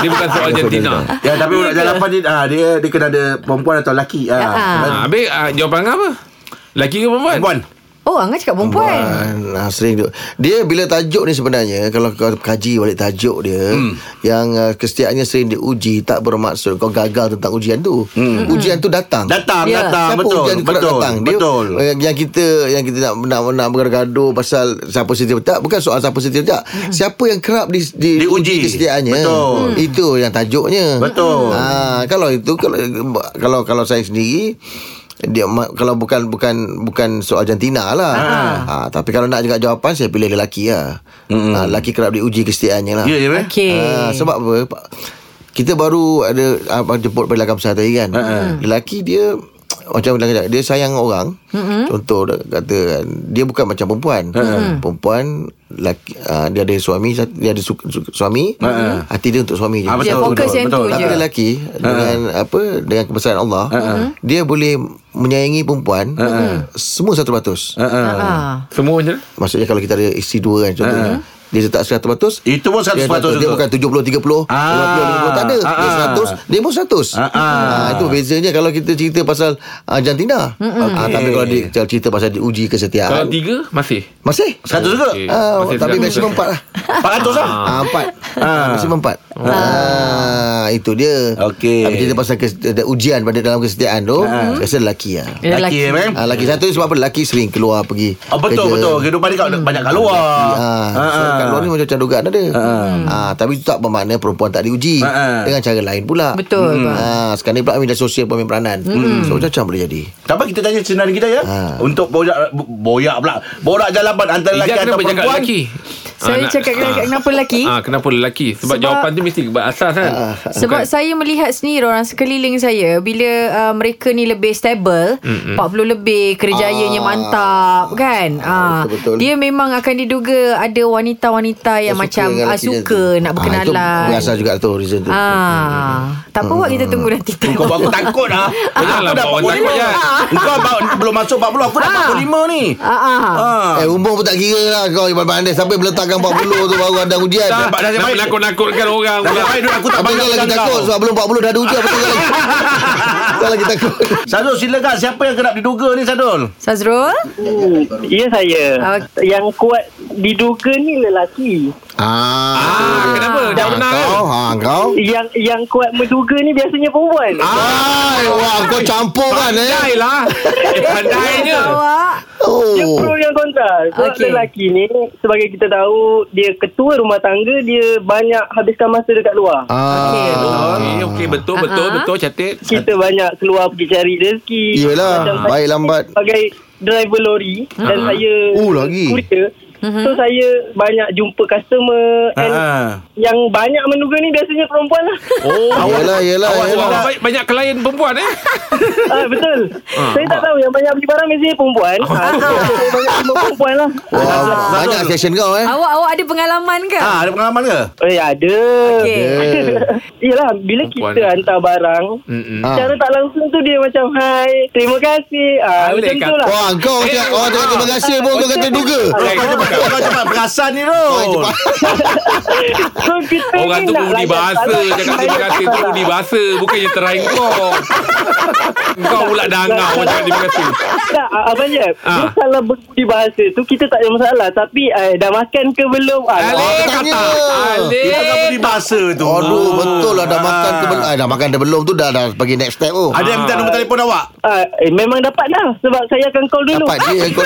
[SPEAKER 5] Dia bukan soal jantina.
[SPEAKER 2] Ya tapi budak jalapan ni ah, dia dia kena ada perempuan atau lelaki ah.
[SPEAKER 5] Ha, habis ah, jawapan Angah apa? Lelaki ke perempuan?
[SPEAKER 2] Perempuan.
[SPEAKER 3] Oh, Angah cakap perempuan.
[SPEAKER 4] Nah, sering tu. Dia bila tajuk ni sebenarnya kalau kau kaji balik tajuk dia hmm. yang uh, kesetiaannya sering diuji tak bermaksud kau gagal tentang ujian tu. Hmm. Ujian tu datang.
[SPEAKER 2] Datang
[SPEAKER 3] Ya.
[SPEAKER 4] Siapa
[SPEAKER 2] datang betul
[SPEAKER 4] ujian kerap
[SPEAKER 2] betul
[SPEAKER 4] datang? Dia,
[SPEAKER 2] betul.
[SPEAKER 4] eh, Yang kita yang kita nak nak, nak bergaduh pasal siapa setia atau tak bukan soal siapa setia atau tak. Siapa yang kerap di, di
[SPEAKER 2] Hmm. Diuji.
[SPEAKER 4] kesetiaannya.
[SPEAKER 2] Betul.
[SPEAKER 4] Itu yang tajuknya.
[SPEAKER 2] Betul.
[SPEAKER 4] Ha, kalau itu kalau kalau kalau saya sendiri dia ma- kalau bukan bukan bukan soal jantina lah.
[SPEAKER 2] Ah.
[SPEAKER 4] Ha. ha tapi kalau nak juga jawapan saya pilih lelaki lah. Mm. Ha, lelaki kerap diuji kesetiaannya lah.
[SPEAKER 2] Ya ya. eh?
[SPEAKER 3] Okey.
[SPEAKER 4] Ah, sebab apa? Pa- Kita baru ada abang jemput belakang besar tadi kan.
[SPEAKER 2] Ha,
[SPEAKER 4] Uh-huh. Lelaki dia macam bilang kejap, dia sayang orang.
[SPEAKER 2] Hmm?
[SPEAKER 4] Uh-huh. Contoh dia kata kan, dia bukan macam perempuan.
[SPEAKER 2] Ha.
[SPEAKER 4] Uh-huh. Perempuan lelaki ah, dia ada suami, sat- dia ada su- su- suami, uh-huh. hati dia untuk suami je.
[SPEAKER 2] Ha. Ah,
[SPEAKER 3] Dia
[SPEAKER 2] betul,
[SPEAKER 3] fokus
[SPEAKER 2] betul,
[SPEAKER 3] yang tu
[SPEAKER 2] betul. Ha.
[SPEAKER 3] je.
[SPEAKER 4] Tapi lelaki dengan apa dengan kebesaran Allah, uh-huh. dia boleh menyayangi perempuan
[SPEAKER 2] Ha.
[SPEAKER 4] uh-huh. semua 100%. Uh-huh.
[SPEAKER 3] Ah.
[SPEAKER 5] Semua macam mana?
[SPEAKER 4] Maksudnya kalau kita ada isteri dua kan contohnya. Uh-huh. Dia letak 100%
[SPEAKER 2] Ha. Itu pun 100%
[SPEAKER 4] dia, tak- dia bukan
[SPEAKER 2] juga.
[SPEAKER 4] 70 30 50 50
[SPEAKER 2] Ah.
[SPEAKER 4] tak ada
[SPEAKER 2] Ah,
[SPEAKER 4] dia
[SPEAKER 2] ah.
[SPEAKER 4] 100 dia pun 100
[SPEAKER 2] Ah, ah.
[SPEAKER 4] Ah, itu bezanya kalau kita cerita pasal ah, jantina ah, tapi kalau di, kalau cerita pasal diuji
[SPEAKER 5] Kalau
[SPEAKER 4] kesetiaan
[SPEAKER 5] tiga masih.
[SPEAKER 4] Masih
[SPEAKER 2] Eh, Satu juga.
[SPEAKER 5] Okey.
[SPEAKER 4] ah,
[SPEAKER 5] Masih
[SPEAKER 4] tapi
[SPEAKER 5] seratus.
[SPEAKER 4] maksimum 4 lah
[SPEAKER 2] 400 lah.
[SPEAKER 4] Ah, empat. Ah, maksimum empat. Ah, itu dia.
[SPEAKER 2] Okey. Ah.
[SPEAKER 4] Tapi cerita pasal kes, ada ujian pada dalam kesetiaan tu, saya rasa lelaki lah.
[SPEAKER 2] Lelaki
[SPEAKER 3] Lelaki.
[SPEAKER 2] eh, man.
[SPEAKER 4] Ah, lelaki satu ni sebab apa? Lelaki sering keluar pergi.
[SPEAKER 2] Oh, betul
[SPEAKER 4] kerja.
[SPEAKER 2] betul. Kehidupan dia kat
[SPEAKER 3] Hmm.
[SPEAKER 2] banyak kat luar.
[SPEAKER 4] Ah,
[SPEAKER 2] Ah,
[SPEAKER 4] so
[SPEAKER 2] ah.
[SPEAKER 4] kat luar ni macam-macam dugaan ada. Ah, tapi itu tak bermakna perempuan tak diuji
[SPEAKER 2] Ah, ah.
[SPEAKER 4] dengan cara lain pula.
[SPEAKER 3] Betul, bang.
[SPEAKER 4] Ah, sekarang ni pula media sosial pun main peranan. So macam-macam boleh jadi.
[SPEAKER 2] Tak apa kita tanya senarai kita ya.
[SPEAKER 4] Ah.
[SPEAKER 2] Untuk boyak boyak pula. Borak jalapan antara lelaki
[SPEAKER 5] Ijaz
[SPEAKER 2] atau
[SPEAKER 5] kenapa cakap
[SPEAKER 2] perempuan.
[SPEAKER 5] lelaki?
[SPEAKER 3] Saya
[SPEAKER 5] nak-
[SPEAKER 3] cakap
[SPEAKER 5] ah.
[SPEAKER 3] kenapa lelaki?
[SPEAKER 5] Ah, kenapa lelaki?
[SPEAKER 3] Sebab-
[SPEAKER 5] Sebab, jawapan tu mesti berasas
[SPEAKER 2] Ah,
[SPEAKER 5] kan.
[SPEAKER 3] Sebab
[SPEAKER 5] Bukan.
[SPEAKER 3] saya melihat sendiri orang sekeliling saya bila uh, mereka ni lebih stable, mm 40 lebih, kerjayanya
[SPEAKER 4] Ah.
[SPEAKER 3] mantap kan. Ah
[SPEAKER 4] betul-betul.
[SPEAKER 3] dia memang akan diduga ada wanita-wanita yang
[SPEAKER 4] Dia
[SPEAKER 3] macam
[SPEAKER 4] dengan
[SPEAKER 3] ah,
[SPEAKER 4] lelaki dia
[SPEAKER 3] suka
[SPEAKER 4] tu.
[SPEAKER 3] nak
[SPEAKER 4] Ah, itu
[SPEAKER 3] berkenalan.
[SPEAKER 4] berasal juga tu reason tu.
[SPEAKER 3] Ah, tak apa buat kita tunggu nanti time.
[SPEAKER 2] Kau buat aku takut lah
[SPEAKER 5] Janganlah
[SPEAKER 2] Aku
[SPEAKER 5] buat
[SPEAKER 2] dah
[SPEAKER 5] orang
[SPEAKER 2] 45
[SPEAKER 5] takut, Jad.
[SPEAKER 2] Kau bawa- belum masuk 40 Aku dah 45 ni
[SPEAKER 3] Ah, ah.
[SPEAKER 2] Ah.
[SPEAKER 4] Eh umur pun tak kira lah kau Iman Pandai Sampai meletakkan 40 tu baru ada ujian
[SPEAKER 5] Tak,
[SPEAKER 2] Nampak dah
[SPEAKER 5] nak
[SPEAKER 2] baik.
[SPEAKER 5] menakut-nakutkan orang
[SPEAKER 2] Dah
[SPEAKER 5] pula.
[SPEAKER 2] baik dulu aku tak
[SPEAKER 4] Abang
[SPEAKER 2] pandang
[SPEAKER 4] kau lagi
[SPEAKER 2] macam
[SPEAKER 4] takut
[SPEAKER 2] kau.
[SPEAKER 4] Sebab belum 40 dah ada ujian Betul kan? kau lagi
[SPEAKER 2] [laughs]
[SPEAKER 4] Kau lagi takut [laughs]
[SPEAKER 2] Sadul silakan Siapa yang kerap diduga ni Sadul
[SPEAKER 3] Sazrul?
[SPEAKER 10] Hmm,
[SPEAKER 8] Ya saya
[SPEAKER 3] Ah,
[SPEAKER 8] Yang kuat diduga ni lelaki
[SPEAKER 4] Ah,
[SPEAKER 5] Ah, kenapa? Dah benar kan?
[SPEAKER 4] Kau, ha, kau.
[SPEAKER 10] Yang yang kuat menduga ni biasanya perempuan.
[SPEAKER 4] Ai, wah, kau campur kan eh.
[SPEAKER 5] Pandai
[SPEAKER 4] [laughs]
[SPEAKER 5] lah Eh, Pandainya
[SPEAKER 3] Awak
[SPEAKER 10] Dia
[SPEAKER 4] Oh.
[SPEAKER 10] pro yang kontra. Sebab
[SPEAKER 3] Okey.
[SPEAKER 10] okay. lelaki ni sebagai kita tahu dia ketua rumah tangga dia banyak habiskan masa dekat luar.
[SPEAKER 4] Ah.
[SPEAKER 5] Okey, okey, betul, betul,
[SPEAKER 3] Ah.
[SPEAKER 5] betul, cantik
[SPEAKER 10] Kita banyak keluar pergi cari rezeki.
[SPEAKER 4] Yelah,
[SPEAKER 10] Macam
[SPEAKER 4] baik lambat.
[SPEAKER 10] sebagai driver lori dan saya
[SPEAKER 4] Oh, lagi.
[SPEAKER 10] courier.
[SPEAKER 3] Mhm.
[SPEAKER 10] So saya banyak jumpa customer and
[SPEAKER 2] Ah.
[SPEAKER 10] yang banyak menduga ni biasanya perempuan lah.
[SPEAKER 5] Oh,
[SPEAKER 4] Yelah, yelah,
[SPEAKER 5] awak
[SPEAKER 4] yelah.
[SPEAKER 5] awak baik- banyak klien perempuan eh
[SPEAKER 10] ah, betul.
[SPEAKER 4] Ha.
[SPEAKER 10] Saya tak tahu yang banyak beli barang biasanya
[SPEAKER 4] [laughs]
[SPEAKER 10] perempuan. Ah, so, saya banyak jumpa perempuan lah.
[SPEAKER 4] Wah, banyak session kau eh.
[SPEAKER 3] Awak awak ada pengalaman ke?
[SPEAKER 2] Ha, ada pengalaman ke?
[SPEAKER 10] Eh ada.
[SPEAKER 3] Okey.
[SPEAKER 10] [laughs] Yelah bila kita
[SPEAKER 5] Perempuan. lah.
[SPEAKER 10] hantar barang
[SPEAKER 5] Mm-mm.
[SPEAKER 4] Ah.
[SPEAKER 10] Secara tak langsung tu dia macam Hai terima kasih ah,
[SPEAKER 5] Alik
[SPEAKER 10] Macam tu
[SPEAKER 5] kata.
[SPEAKER 10] lah
[SPEAKER 4] Wah, kau cakap orang cakap terima kasih pun kau
[SPEAKER 2] Ah.
[SPEAKER 4] kata duga.
[SPEAKER 5] Eh,
[SPEAKER 2] Kau [laughs] cepat, kau cepat perasan ni tu.
[SPEAKER 10] So kita
[SPEAKER 5] Orang
[SPEAKER 10] ni
[SPEAKER 5] tu
[SPEAKER 10] nak
[SPEAKER 5] budi
[SPEAKER 10] layan
[SPEAKER 5] bahasa
[SPEAKER 10] salah.
[SPEAKER 5] Cakap terima kasih tu budi bahasa Bukannya terang kau Kau pula dangau Kau cakap terima kasih
[SPEAKER 10] Tak ah, Abang Jeb
[SPEAKER 5] Ah.
[SPEAKER 10] Dia salah berbudi bahasa tu Kita tak ada masalah Tapi eh, dah makan ke belum ah,
[SPEAKER 5] Alik
[SPEAKER 4] Orang tanya.
[SPEAKER 5] kata
[SPEAKER 2] Dia tak
[SPEAKER 5] Alik
[SPEAKER 2] beri bahasa tu.
[SPEAKER 4] Aduh, betul lah dah
[SPEAKER 2] Ah.
[SPEAKER 4] makan ke belum. Ah, dah makan dah belum tu dah dah pergi next step oh. tu.
[SPEAKER 2] Ada yang minta nombor telefon awak?
[SPEAKER 10] ah, eh, Memang dapat lah Sebab saya akan call dulu
[SPEAKER 4] Dapat dia kau.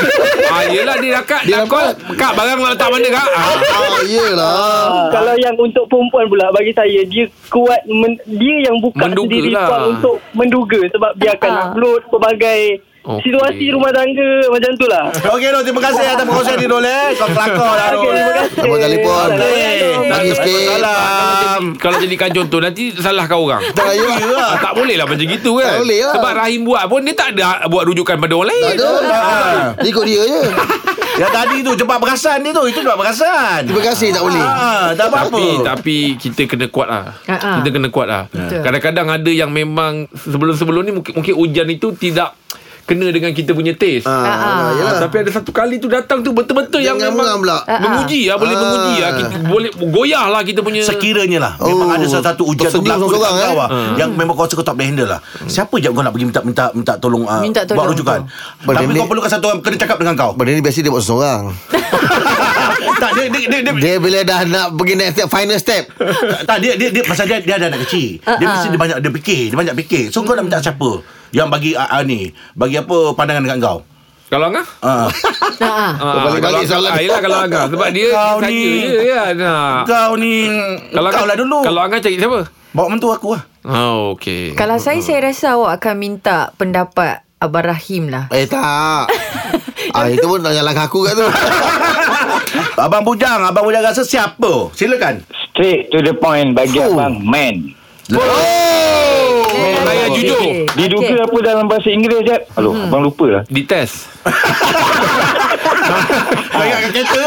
[SPEAKER 5] Ah, yelah dia dah kat
[SPEAKER 4] Dia
[SPEAKER 5] Dah call Kak barang nak letak mana kak ah.
[SPEAKER 4] Ah, yelah.
[SPEAKER 10] Ah, Kalau yang untuk perempuan pula bagi saya dia kuat men, dia yang buka
[SPEAKER 5] Menduga
[SPEAKER 10] sendiri
[SPEAKER 5] lah.
[SPEAKER 10] peluang untuk menduga sebab dia akan
[SPEAKER 3] Ah.
[SPEAKER 10] upload pelbagai
[SPEAKER 5] Okey.
[SPEAKER 10] situasi rumah tangga macam tu lah.
[SPEAKER 2] Okey, Dol. Terima kasih atas perkongsian ni, Dol. Eh. Kau kelakar dah,
[SPEAKER 10] Okey,
[SPEAKER 2] Dol.
[SPEAKER 10] terima kasih.
[SPEAKER 4] Nombor telefon.
[SPEAKER 10] Assalamualaikum.
[SPEAKER 5] Tak,
[SPEAKER 4] Bagi
[SPEAKER 5] tak, tak,
[SPEAKER 4] sikit.
[SPEAKER 5] tak, kalau jadi- [laughs] Kalau jadikan contoh Nanti salahkan orang
[SPEAKER 4] Um, Tak payah.
[SPEAKER 5] Ah, tak boleh lah macam gitu kan
[SPEAKER 4] Tak boleh lah.
[SPEAKER 5] Sebab Rahim buat pun Dia tak ada buat rujukan pada orang
[SPEAKER 4] Tak
[SPEAKER 5] lain
[SPEAKER 4] ada. Dia Ikut dia
[SPEAKER 2] [laughs]
[SPEAKER 4] je.
[SPEAKER 2] Yang ah. Ya, tadi tu, cepat perasan dia tu. Itu cepat perasan.
[SPEAKER 4] Terima kasih tak boleh.
[SPEAKER 2] Ah, tak apa-apa.
[SPEAKER 5] Tapi tapi kita kena kuat lah
[SPEAKER 3] Ha, ha.
[SPEAKER 5] Kita kena kuat lah
[SPEAKER 3] Betul.
[SPEAKER 5] Kadang-kadang ada yang memang Sebelum-sebelum ni Mungkin, mungkin hujan itu tidak Kena dengan kita punya taste
[SPEAKER 4] Ah,
[SPEAKER 3] Ah,
[SPEAKER 4] yelah.
[SPEAKER 5] Ah, tapi ada satu kali tu datang tu betul-betul yang
[SPEAKER 4] Jangan
[SPEAKER 5] memang
[SPEAKER 4] mengang pula.
[SPEAKER 3] Ah, ah.
[SPEAKER 5] menguji lah, boleh
[SPEAKER 4] Ah.
[SPEAKER 5] menguji lah, kita boleh goyah lah kita punya.
[SPEAKER 2] Sekiranya lah Memang
[SPEAKER 4] Oh,
[SPEAKER 2] ada salah satu ujian tu
[SPEAKER 4] tersenyum
[SPEAKER 2] berlaku dekat
[SPEAKER 4] seorang-seorang,
[SPEAKER 2] kau
[SPEAKER 4] eh?
[SPEAKER 2] lah Yang memang kau rasa kau tak boleh handle lah Siapa je kau nak pergi minta minta minta tolong ah,
[SPEAKER 3] Minta
[SPEAKER 2] Buat
[SPEAKER 3] tolong,
[SPEAKER 2] rujukan
[SPEAKER 4] betul.
[SPEAKER 2] Tapi
[SPEAKER 4] Benda
[SPEAKER 2] kau
[SPEAKER 4] ni-
[SPEAKER 2] perlukan satu orang Kena cakap dengan kau
[SPEAKER 4] Benda ni biasa dia buat seorang
[SPEAKER 2] Tak dia dia, dia, dia,
[SPEAKER 4] Dia bila dah nak pergi next step Final step
[SPEAKER 2] tak dia dia, dia pasal dia dia ada anak kecil. Dia
[SPEAKER 3] Ah,
[SPEAKER 2] mesti
[SPEAKER 3] ah.
[SPEAKER 2] dia banyak dia fikir, dia banyak fikir. So kau nak minta siapa? Yang bagi ah, ah, ni, bagi apa pandangan dekat kau?
[SPEAKER 5] Kalau Angah?
[SPEAKER 2] Ah.
[SPEAKER 3] Ha.
[SPEAKER 5] Ah,
[SPEAKER 4] balik-balik
[SPEAKER 5] kalau
[SPEAKER 4] soalan
[SPEAKER 5] Angah-
[SPEAKER 4] ni.
[SPEAKER 5] ah, yelah, kalau Angah sebab dia
[SPEAKER 2] Kau
[SPEAKER 5] saja
[SPEAKER 2] ni.
[SPEAKER 5] je kan. Ah.
[SPEAKER 2] Kau ni
[SPEAKER 5] Kalau
[SPEAKER 2] kau
[SPEAKER 5] Angah-
[SPEAKER 2] lah dulu.
[SPEAKER 5] Kalau Angah cari siapa?
[SPEAKER 2] Bawa mentua aku lah.
[SPEAKER 5] Oh, okey.
[SPEAKER 3] Kalau saya saya rasa awak akan minta pendapat Abang Rahim lah.
[SPEAKER 4] Eh tak ah, Itu pun yang langkah aku kat tu
[SPEAKER 2] Abang Bujang, Abang Bujang rasa siapa? Silakan.
[SPEAKER 7] Straight to the point bagi
[SPEAKER 4] Oh.
[SPEAKER 7] oh. abang man.
[SPEAKER 5] Oh, saya jujur.
[SPEAKER 7] Diduga okay. apa dalam bahasa Inggeris je? Aduh, hmm. abang lupa lah.
[SPEAKER 4] [laughs]
[SPEAKER 5] Dites.
[SPEAKER 2] Banyak kereta.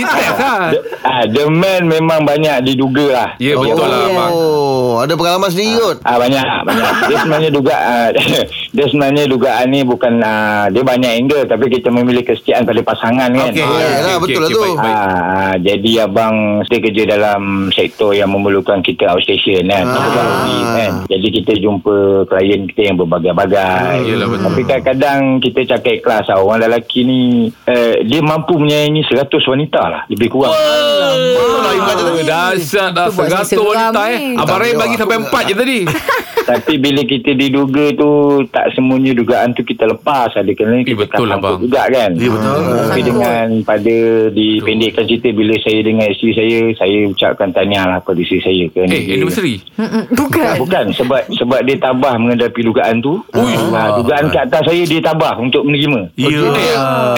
[SPEAKER 5] Dites lah.
[SPEAKER 7] The, ah, the man memang banyak diduga lah.
[SPEAKER 5] Ya, betul lah abang.
[SPEAKER 4] Oh Ada pengalaman sendiri kot
[SPEAKER 7] Ah banyak
[SPEAKER 4] [laughs]
[SPEAKER 7] banyak. Dia sebenarnya duga ah, [laughs] dia sebenarnya dugaan ni bukan ah, dia banyak angle tapi kita memilih kesetiaan pada pasangan kan.
[SPEAKER 2] Okey.
[SPEAKER 4] ah, Yelah
[SPEAKER 5] okey,
[SPEAKER 4] betul lah
[SPEAKER 5] okey,
[SPEAKER 4] tu
[SPEAKER 5] baik, baik.
[SPEAKER 7] Ah, jadi abang stay kerja dalam sektor yang memerlukan kita outstation
[SPEAKER 5] Ah.
[SPEAKER 7] kan. Memerlukan kan. Jadi kita jumpa klien kita yang berbagai-bagai.
[SPEAKER 5] Hmm, yelah, betul.
[SPEAKER 7] Tapi kadang-kadang kita cakap ikhlas lah. Orang lelaki ni eh, dia mampu menyayangi 100 wanita lah. Lebih kurang.
[SPEAKER 5] Oh, Dahsyat dah
[SPEAKER 3] Tu buat saya
[SPEAKER 5] Seratus
[SPEAKER 3] seram
[SPEAKER 5] wanita eh
[SPEAKER 3] ni.
[SPEAKER 5] Abang
[SPEAKER 4] Tak
[SPEAKER 5] Ray
[SPEAKER 4] boleh,
[SPEAKER 5] bagi
[SPEAKER 4] aku
[SPEAKER 5] sampai
[SPEAKER 4] tak-
[SPEAKER 5] empat
[SPEAKER 7] lah.
[SPEAKER 5] je
[SPEAKER 7] [laughs]
[SPEAKER 5] tadi
[SPEAKER 7] Tapi bila kita diduga tu tak semuanya dugaan tu kita lepas ada kena
[SPEAKER 5] Eh,
[SPEAKER 7] kita
[SPEAKER 5] betul lah,
[SPEAKER 7] tak sangkut
[SPEAKER 5] bang.
[SPEAKER 7] juga kan.
[SPEAKER 2] Ya, betul.
[SPEAKER 7] Tapi
[SPEAKER 3] Sangkut.
[SPEAKER 7] dengan pada dipendekkan cerita bila saya dengan isteri saya saya ucapkan tahniah lah pada isteri saya kerana
[SPEAKER 5] Eh
[SPEAKER 7] dia-
[SPEAKER 5] anniversary
[SPEAKER 3] Mm-mm,
[SPEAKER 7] Ah,
[SPEAKER 3] Bukan.
[SPEAKER 7] bukan sebab sebab dia tabah menghadapi dugaan tu. Ah, dugaan ke atas saya dia tabah untuk menerima.
[SPEAKER 2] Ya.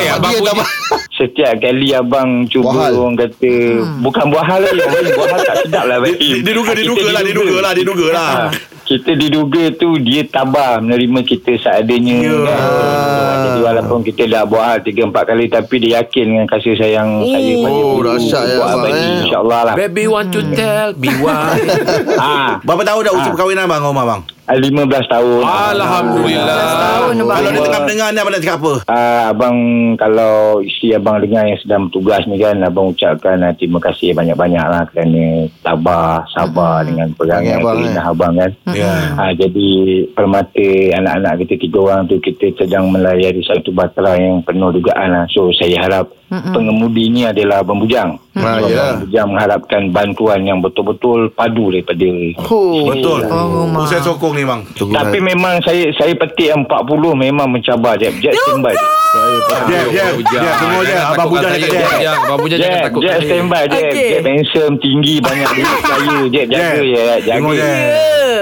[SPEAKER 5] Eh abang
[SPEAKER 4] Dia
[SPEAKER 5] punya
[SPEAKER 4] tak apa-
[SPEAKER 7] [laughs] Setiap kali abang cuba
[SPEAKER 4] Buah hal. orang
[SPEAKER 7] orang kata
[SPEAKER 3] Hmm.
[SPEAKER 7] bukan buah hal lagi, buah hal tak sedap lah
[SPEAKER 2] Dia, dia, dia duga, dia duga lah, dia duga lah, dia duga lah.
[SPEAKER 7] Ah, kita diduga tu dia tabah menerima kita seadanya
[SPEAKER 4] Ya.
[SPEAKER 7] yeah. kan. Jadi walaupun kita dah buat hal 3 4 kali tapi dia yakin dengan kasih sayang saya
[SPEAKER 5] Hmm.
[SPEAKER 7] pada
[SPEAKER 4] Oh,
[SPEAKER 7] dulu
[SPEAKER 4] dahsyat ya,
[SPEAKER 7] buat
[SPEAKER 4] abang,
[SPEAKER 7] abang ni,
[SPEAKER 4] eh.
[SPEAKER 7] insyaallah lah.
[SPEAKER 5] Baby want to tell
[SPEAKER 7] [laughs]
[SPEAKER 5] Be wise
[SPEAKER 7] ah
[SPEAKER 2] Berapa tahun dah usia perkahwinan bang Omar bang?
[SPEAKER 7] 15 tahun. Oh, ya.
[SPEAKER 5] Alhamdulillah
[SPEAKER 3] Tahun abang.
[SPEAKER 2] Kalau dia tengah mendengar ni abang nak cakap apa?
[SPEAKER 7] Ah, abang kalau isteri abang dengar yang sedang bertugas ni kan abang ucapkan ah, terima kasih banyak-banyak lah kerana tabah sabar dengan perangai
[SPEAKER 4] Abang,
[SPEAKER 7] abang,
[SPEAKER 4] eh.
[SPEAKER 7] abang kan
[SPEAKER 2] Ya.
[SPEAKER 7] ah, jadi permata anak-anak kita tiga orang tu kita sedang ah. melayari satu batera yang penuh dugaan lah so saya harap pengemudi ni adalah abang bujang
[SPEAKER 4] Ha,
[SPEAKER 2] Ah, ya.
[SPEAKER 4] yalah.
[SPEAKER 7] Dia mengharapkan bantuan yang betul-betul padu daripada
[SPEAKER 4] Oh.
[SPEAKER 2] Betul.
[SPEAKER 3] Oh,
[SPEAKER 2] Oh,
[SPEAKER 3] Mak.
[SPEAKER 2] saya sokong ni bang.
[SPEAKER 4] Tunggu
[SPEAKER 7] Tapi
[SPEAKER 4] lah.
[SPEAKER 7] memang saya saya petik yang 40 memang mencabar Jeb. Jeb standby.
[SPEAKER 2] Jeb, Jeb, Jeb, semua Jeb. Abang Budak dekat Jeb.
[SPEAKER 5] Jeb. Abang Budak jangan
[SPEAKER 7] Jeb,
[SPEAKER 5] takut.
[SPEAKER 7] Jeb standby Jeb.
[SPEAKER 3] Okey.
[SPEAKER 7] Jeb handsome, tinggi, banyak duit saya. Jeb jaga
[SPEAKER 2] Jeb.
[SPEAKER 7] ya, jaga.
[SPEAKER 2] Tengok Jeb.
[SPEAKER 3] Ya.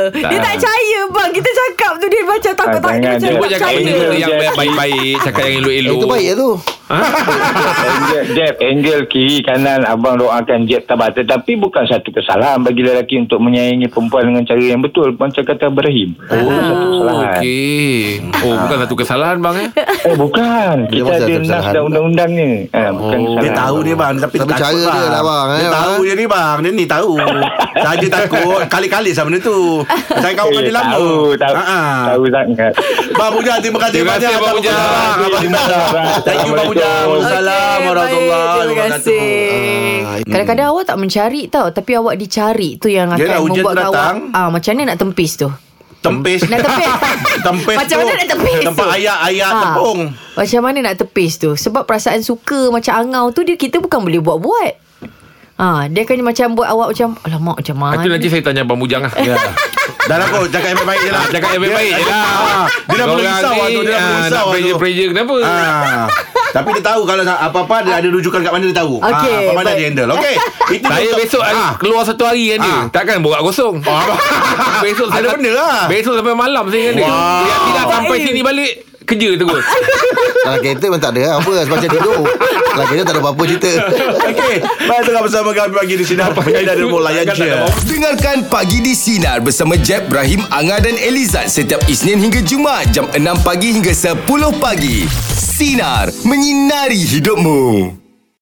[SPEAKER 3] Dia tak percaya bang Kita cakap tu Dia macam takut tak
[SPEAKER 7] Ah,
[SPEAKER 3] Dia
[SPEAKER 7] jangan,
[SPEAKER 3] macam
[SPEAKER 5] Cuba
[SPEAKER 7] jangan.
[SPEAKER 3] tak
[SPEAKER 7] Buat
[SPEAKER 5] cakap
[SPEAKER 7] kain
[SPEAKER 5] benda
[SPEAKER 7] dia,
[SPEAKER 3] percaya
[SPEAKER 5] yang
[SPEAKER 7] Jeb.
[SPEAKER 5] baik-baik Cakap yang
[SPEAKER 4] Eh,
[SPEAKER 5] elok-elok Ha?
[SPEAKER 4] Itu
[SPEAKER 7] ya
[SPEAKER 4] baik lah tu.
[SPEAKER 7] Angel, Jeb, angel kiri kanan abang doakan Jeb tabah. Tetapi bukan satu kesalahan bagi lelaki untuk menyayangi perempuan dengan cara yang betul. Macam kata Ibrahim. Oh, satu
[SPEAKER 5] Oh,
[SPEAKER 7] kesalahan.
[SPEAKER 5] okey. Oh, bukan satu kesalahan bang eh.
[SPEAKER 7] Eh bukan
[SPEAKER 4] Dia
[SPEAKER 7] Kita
[SPEAKER 4] maksud
[SPEAKER 7] ada
[SPEAKER 4] ada
[SPEAKER 7] nas
[SPEAKER 4] kesalahan.
[SPEAKER 7] dan undang-undangnya ha, bukan
[SPEAKER 5] Oh.
[SPEAKER 2] Dia
[SPEAKER 7] kesalahan.
[SPEAKER 2] tahu dia bang Tapi,
[SPEAKER 4] Tapi
[SPEAKER 2] takut,
[SPEAKER 4] cara dia lah, bang,
[SPEAKER 3] Ya,
[SPEAKER 4] eh,
[SPEAKER 2] Dia
[SPEAKER 4] bang.
[SPEAKER 2] tahu dia ni bang Dia ni tahu Saja takut Kali-kali sama benda tu Saya kawan
[SPEAKER 7] Eh,
[SPEAKER 2] dia lama
[SPEAKER 7] Tahu Tahu,
[SPEAKER 2] Ha-ha.
[SPEAKER 7] tahu sangat
[SPEAKER 2] Bang Buja Terima kasih
[SPEAKER 5] Terima kasih,
[SPEAKER 2] banyak
[SPEAKER 5] Abang Buja.
[SPEAKER 2] Terima kasih Thank you Bang Buja
[SPEAKER 7] Assalamualaikum.
[SPEAKER 2] Waalaikumsalam
[SPEAKER 3] Okey,
[SPEAKER 2] Warahmatullahi
[SPEAKER 3] baik. Terima
[SPEAKER 2] Wabarakatuh Ah,
[SPEAKER 3] kasih Kadang-kadang awak tak mencari tau Tapi awak dicari tu Yang
[SPEAKER 2] Yelah,
[SPEAKER 3] akan
[SPEAKER 2] hujan tu
[SPEAKER 3] membuat awak
[SPEAKER 2] datang.
[SPEAKER 3] ah, Macam mana nak tempis tu
[SPEAKER 2] Tempis
[SPEAKER 3] Nak tepis
[SPEAKER 2] [laughs] Tempis
[SPEAKER 3] Macam
[SPEAKER 2] tu
[SPEAKER 3] mana nak tepis tu
[SPEAKER 2] Tempat ayak-ayak
[SPEAKER 3] Ah,
[SPEAKER 2] Ya, tepung
[SPEAKER 3] Macam mana nak tepis tu Sebab perasaan suka Macam angau tu Dia kita bukan boleh buat-buat ha, Dia akan macam Buat awak macam Alamak macam mana
[SPEAKER 5] Ah, Itu nanti saya tanya Abang Bujang lah. [laughs]
[SPEAKER 2] Ya. Dah lah kot Cakap yang baik-baik je lah
[SPEAKER 5] Ah, Cakap yang baik-baik je lah.
[SPEAKER 2] Ah, Dia dah mula
[SPEAKER 5] Korang
[SPEAKER 2] risau
[SPEAKER 5] ni,
[SPEAKER 2] waktu Dia dah mula
[SPEAKER 5] ah,
[SPEAKER 2] risau
[SPEAKER 5] Nak
[SPEAKER 2] waktu.
[SPEAKER 5] pressure-pressure kenapa?
[SPEAKER 2] Ah. Tapi dia tahu kalau apa-apa dia ada rujukan kat mana dia tahu.
[SPEAKER 3] Okey,
[SPEAKER 2] ah, apa mana
[SPEAKER 3] baik.
[SPEAKER 2] dia handle.
[SPEAKER 3] [laughs]
[SPEAKER 2] Okey. Itu
[SPEAKER 5] Saya
[SPEAKER 2] untuk-
[SPEAKER 5] besok ada keluar satu hari kan dia.
[SPEAKER 2] Ah.
[SPEAKER 5] Takkan borak kosong. [laughs] besok
[SPEAKER 2] Ada benda lah.
[SPEAKER 5] Besok sampai malam saya dengan dia.
[SPEAKER 2] Wow.
[SPEAKER 5] Dia tidak sampai
[SPEAKER 3] Baik.
[SPEAKER 5] sini balik kerja terus.
[SPEAKER 3] [laughs]
[SPEAKER 4] Dalam kereta memang tak ada eh. apa Sebab tidur Dalam kereta tak ada apa-apa cerita
[SPEAKER 2] Okey. Baik tengah bersama kami pagi di sini. Apa yang ada bola yang
[SPEAKER 5] Takkan tak
[SPEAKER 2] je.
[SPEAKER 5] ada
[SPEAKER 1] Dengarkan Pagi di Sinar bersama Jeb, Ibrahim, Anga dan Elizad setiap Isnin hingga Jumaat jam 6 pagi hingga 10 pagi. Sinar, menyinari hidupmu.